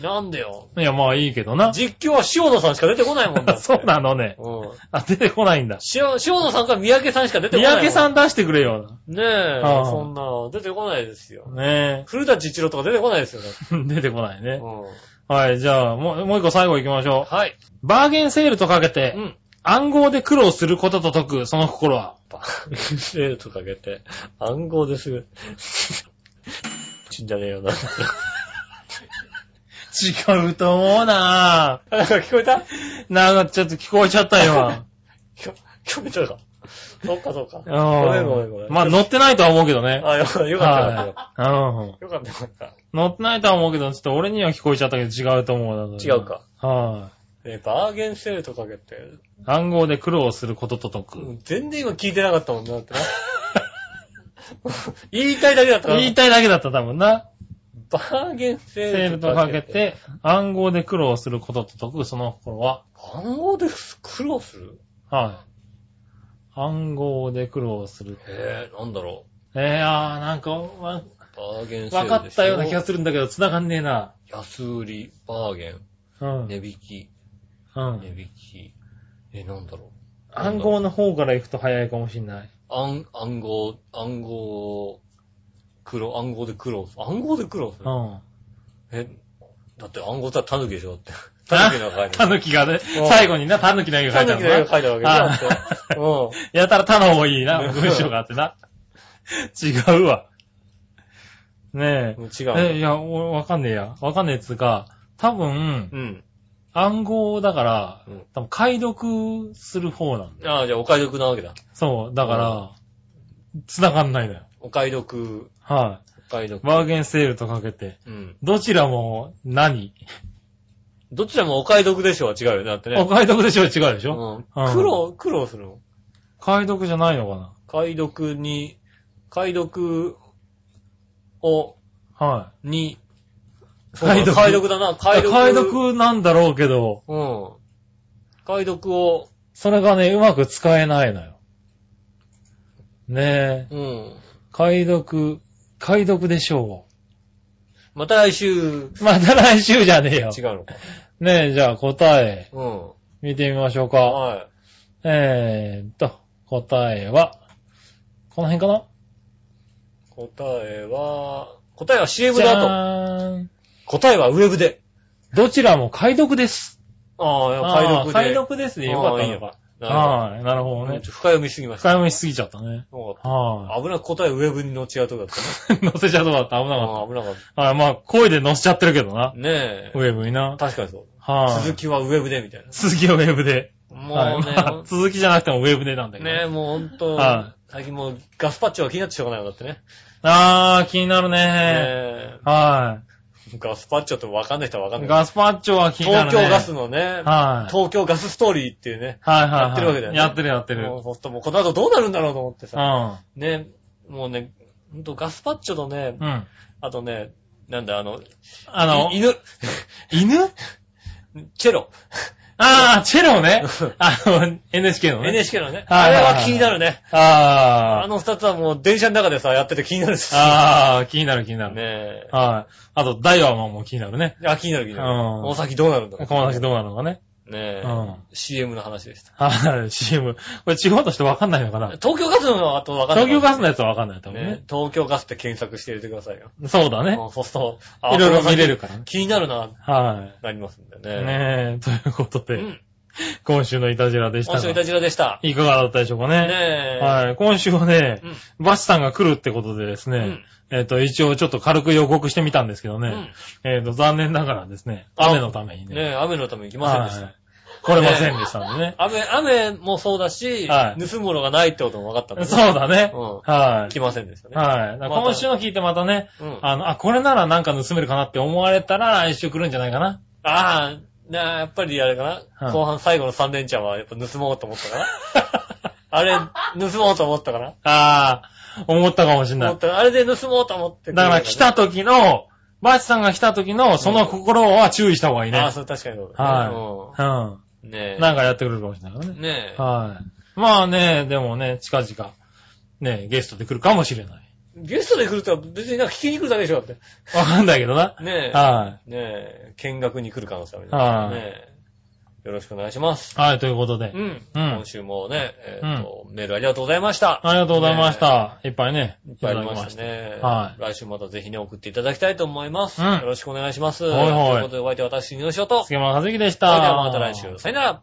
B: なんでよ。
C: いや、まあいいけどな。
B: 実況は塩野さんしか出てこないもんだって。
C: そうなのね。
B: うん。
C: あ、出てこないんだ。
B: 塩、塩野さんか三宅さんしか出てこ
C: 三
B: ないもん。
C: 宅さん出してくれよ。
B: ねえ、
C: ああ
B: そんな、出てこないですよ。
C: ね
B: 古舘一郎とか出てこないですよ、だって
C: え。出てこないね。
B: う
C: はい、じゃあ、もう、もう一個最後行きまし
B: ん。
C: ょ
B: はい。
C: う。バーゲンセールとかけて
B: う、ん。
C: 暗号で苦労することと解く、その心は。
B: バーゲンセールとかけて、暗号ですぐ。死んじゃねえよな。
C: 違うと思うなぁ。
B: あなんか聞こえた
C: なんかちょっと聞こえちゃったよ。
B: 聞こ聞こえちゃうか。そっかそっか。
C: う
B: ごめんごめんごめん。
C: まあ乗ってないとは思うけどね。
B: あ、よかったよかっ
C: は
B: た。よ
C: い。
B: かったよかった。
C: うん。乗ってないとは思うけど、ちょっと俺には聞こえちゃったけど違うと思うな。
B: 違う。か。
C: は
B: えーバーゲンセールとかけて、
C: い。暗号で苦労することと解く。
B: 全然今聞いてなかったもんなだって な。言いたいだけだったから
C: 言いたいだけだった多分な。
B: バーゲンセ
C: セー
B: ー
C: ル
B: ル
C: と
B: と
C: か
B: かけ
C: け
B: て。
C: て、暗号で苦労することと解く、その心は。
B: 暗号で苦労する
C: はい。暗号で苦労する。
B: えー、なんだろ
C: えー、あー、なんか、わ、
B: う。バーゲンセールでしょ。
C: わかったような気がするんだけど、繋がんねえな。
B: 安売り、バーゲン、
C: うん。
B: 値引き、
C: う
B: 値
C: ん。
B: 引き。えー、なんだろう。
C: 暗号の方から行くと早いかもしんない。
B: 暗、暗号、暗号、苦労、暗号で苦労する。暗号で苦労す
C: う
B: る
C: ん。
B: え、だって暗号って狸でしょだって。
C: あ
B: 狸の書いて
C: タ
B: ある。
C: ヌキがね、最後にな、タヌキの絵が描いてあ
B: 狸の絵
C: る
B: が書いてあるわけ
C: な。
B: だ
C: あ
B: って。うん。
C: やたらタの方がいいな、文章があってな。 違うわ。ね
B: もう
C: え。
B: 違う。
C: え、いや、おわかんねえや。わかんねえっつうか、多分、
B: うん。
C: 暗号だから
B: うん、
C: 多分解読する方なんだ。
B: ああ、じゃあお買い得なわけだ。
C: そう、だから、繋がんないのよ。
B: お買い得、
C: は
B: お買い得
C: い。。バーゲンセールとかけて、
B: うん。
C: どちらも何、
B: どちらもお買い得でしょは違うよね。だって
C: お
B: ね。
C: 解読でしょ違うでし
B: う
C: ょ、
B: ん
C: うん。
B: 苦労、苦労するの。
C: 解読じゃないのか
B: 解読に、解読を、
C: なは
B: に、そうだ
C: 解読
B: 解読だな。
C: い。
B: 解読。
C: 解読なんだろうけど、
B: うん。解読を、
C: それがね、うまく使えないのよ。ねえ、
B: うん。
C: 解読、解読でしょ
B: また来週、
C: う。また来週じゃねえよ
B: 違。うのか。
C: ねえ、じゃあ答え、
B: うん。
C: 見てみましょうか。
B: はい。
C: えーっと、答えは、この辺かな
B: 答えは、答えは CM
C: じ
B: だと。
C: ゃーん。
B: 答えはウェブで。
C: どちらも解読です。
B: ああ、やっぱ解読で。
C: 解読ですね。よかった
B: ああいいの
C: よ。
B: か。な
C: はい。なるほど
B: るほど。
C: ね。
B: 深読みすぎました。
C: 使い道しすぎちゃったね。
B: よかっ
C: は
B: た危なく答えウェブに乗っちゃうとこだったね。
C: い。乗せちゃうとこだった。危なかっ。
B: ああ危なかった
C: はい。まあ、声で乗せちゃってるけどな
B: た。。ね
C: ウェブに
B: え。
C: な。
B: 確かにそう。
C: はい。
B: 続きはウェブでみたいな。
C: 続きはウェブで。
B: も
C: は
B: う
C: い
B: ね、
C: まあ続きじゃなくてもウェブでなん だけど。
B: ねえ、もうほんと
C: は、
B: 最近もうガスパッチョが気になってしょうがないよだってね。
C: あー、気になるね。
B: ね
C: は
B: えガスパッチョってわかんない人はわかん
C: い。
B: ない。
C: ガスパッチョは気になる
B: 東
C: ね。
B: 京ガスのね、
C: はい。
B: 東京ガスストーリーっていうね。
C: はいはいはい。
B: やってるわけだよね
C: やってるやってる。
B: もうほんともうこの後どうなるんだろうと思って
C: う
B: さ。
C: ん。
B: ねえ、もうね、ほんとガスパッチョとね
C: う、ん。
B: あとね、なんだあの、
C: あの、
B: い犬、
C: 犬
B: チェロ。
C: あー、チェロね。あの、NHK のね。
B: NHK のね。
C: は
B: あ
C: い
B: れ
C: はいはい
B: は気になるね。
C: あ
B: あの二つはもう電車の中でさ、やってて気になるっす
C: ー。あー、気になる気になる。
B: ねえ。
C: はい。あと、ダイワマンも気になるね。
B: あ、気になる気になる。
C: うん
B: この先どうなるんだろう。
C: この先どうなるのかね。
B: ねえ、
C: うん
B: CM の話でした。
C: はい、CM。これ地方としてわかんないのかな
B: 東京ガスの後分かんない。
C: 東京ガスのやつはわかんないと思う
B: ね
C: ね。
B: 東京ガスって検索して入れてくださいよ。
C: そうだね。
B: うんそうすると、
C: いろいろ見れる
B: こ
C: からね
B: の先。気になるな、
C: はい。
B: なりますんでね。
C: ねえ、ということで、
B: うん
C: 今週のイタジラでした
B: 今週い
C: が
B: た、じらでした。
C: いかがだったでしょうかね。
B: ねえ。
C: はい、今週はね、
B: うん
C: バチさんが来るってことでですね、えっ、と、一応ちょっと軽く予告してみたんですけど
B: うん。
C: ね、えっ、と、残念ながらですね、
B: あ
C: 雨のため
B: う
C: に
B: ん
C: ね、
B: ねえ、雨のために行きませんでした。
C: はい来れませんでしたんでね。
B: 雨、雨もそうだし、
C: はい
B: 盗むものがないってことも分かったんで、
C: そうだね。
B: うん
C: は
B: 来
C: い。
B: ませんでしたね。
C: はい。だから今週の聞いてまたね、
B: うん。あ
C: あの、あ、これならなんか盗めるかなって思われたら来週来るんじゃないかな。
B: あー、なあやっぱりあれかな、
C: はい
B: 後半最後の3連チャンはやっぱ盗もうと思ったかなああれ、盗もうと思ったから。
C: ああ、思ったかもしれな
B: 思
C: い
B: っ。たあれで盗もうと思って。
C: だから来た時の、バチさんが来た時の、その心は注意した方がいいね。
B: ああ、そう、確かにそうだ。
C: はいう
B: い。ねえ。
C: ん。なんかやってくるかもしれないからね。
B: ねえ。
C: はい。まあね、でもね、近々、ね、ゲストで来るかもしれない。
B: ゲストで来るとは別になんか聞きに来るだけでしょ、だって。
C: わかんないけどな。
B: ねえ。
C: は
B: ねえ、見学に来る可能性ある
C: はい
B: ねえ。よろしくお願いします。
C: い。はい、ということで
B: う。ん。
C: うん
B: 今週もね、えっと、メールありがとうございました。
C: ありがとうございました。いっぱいね。
B: いっぱいありましたね。
C: は
B: 来週またぜひね、送っていただきたいと思います。
C: うん
B: よろしくお願いします。
C: はいはい
B: ということで、お相手は私、ニノショと。それ
C: 杉山和之でし
B: で
C: た。
B: はまた来週。さよなら。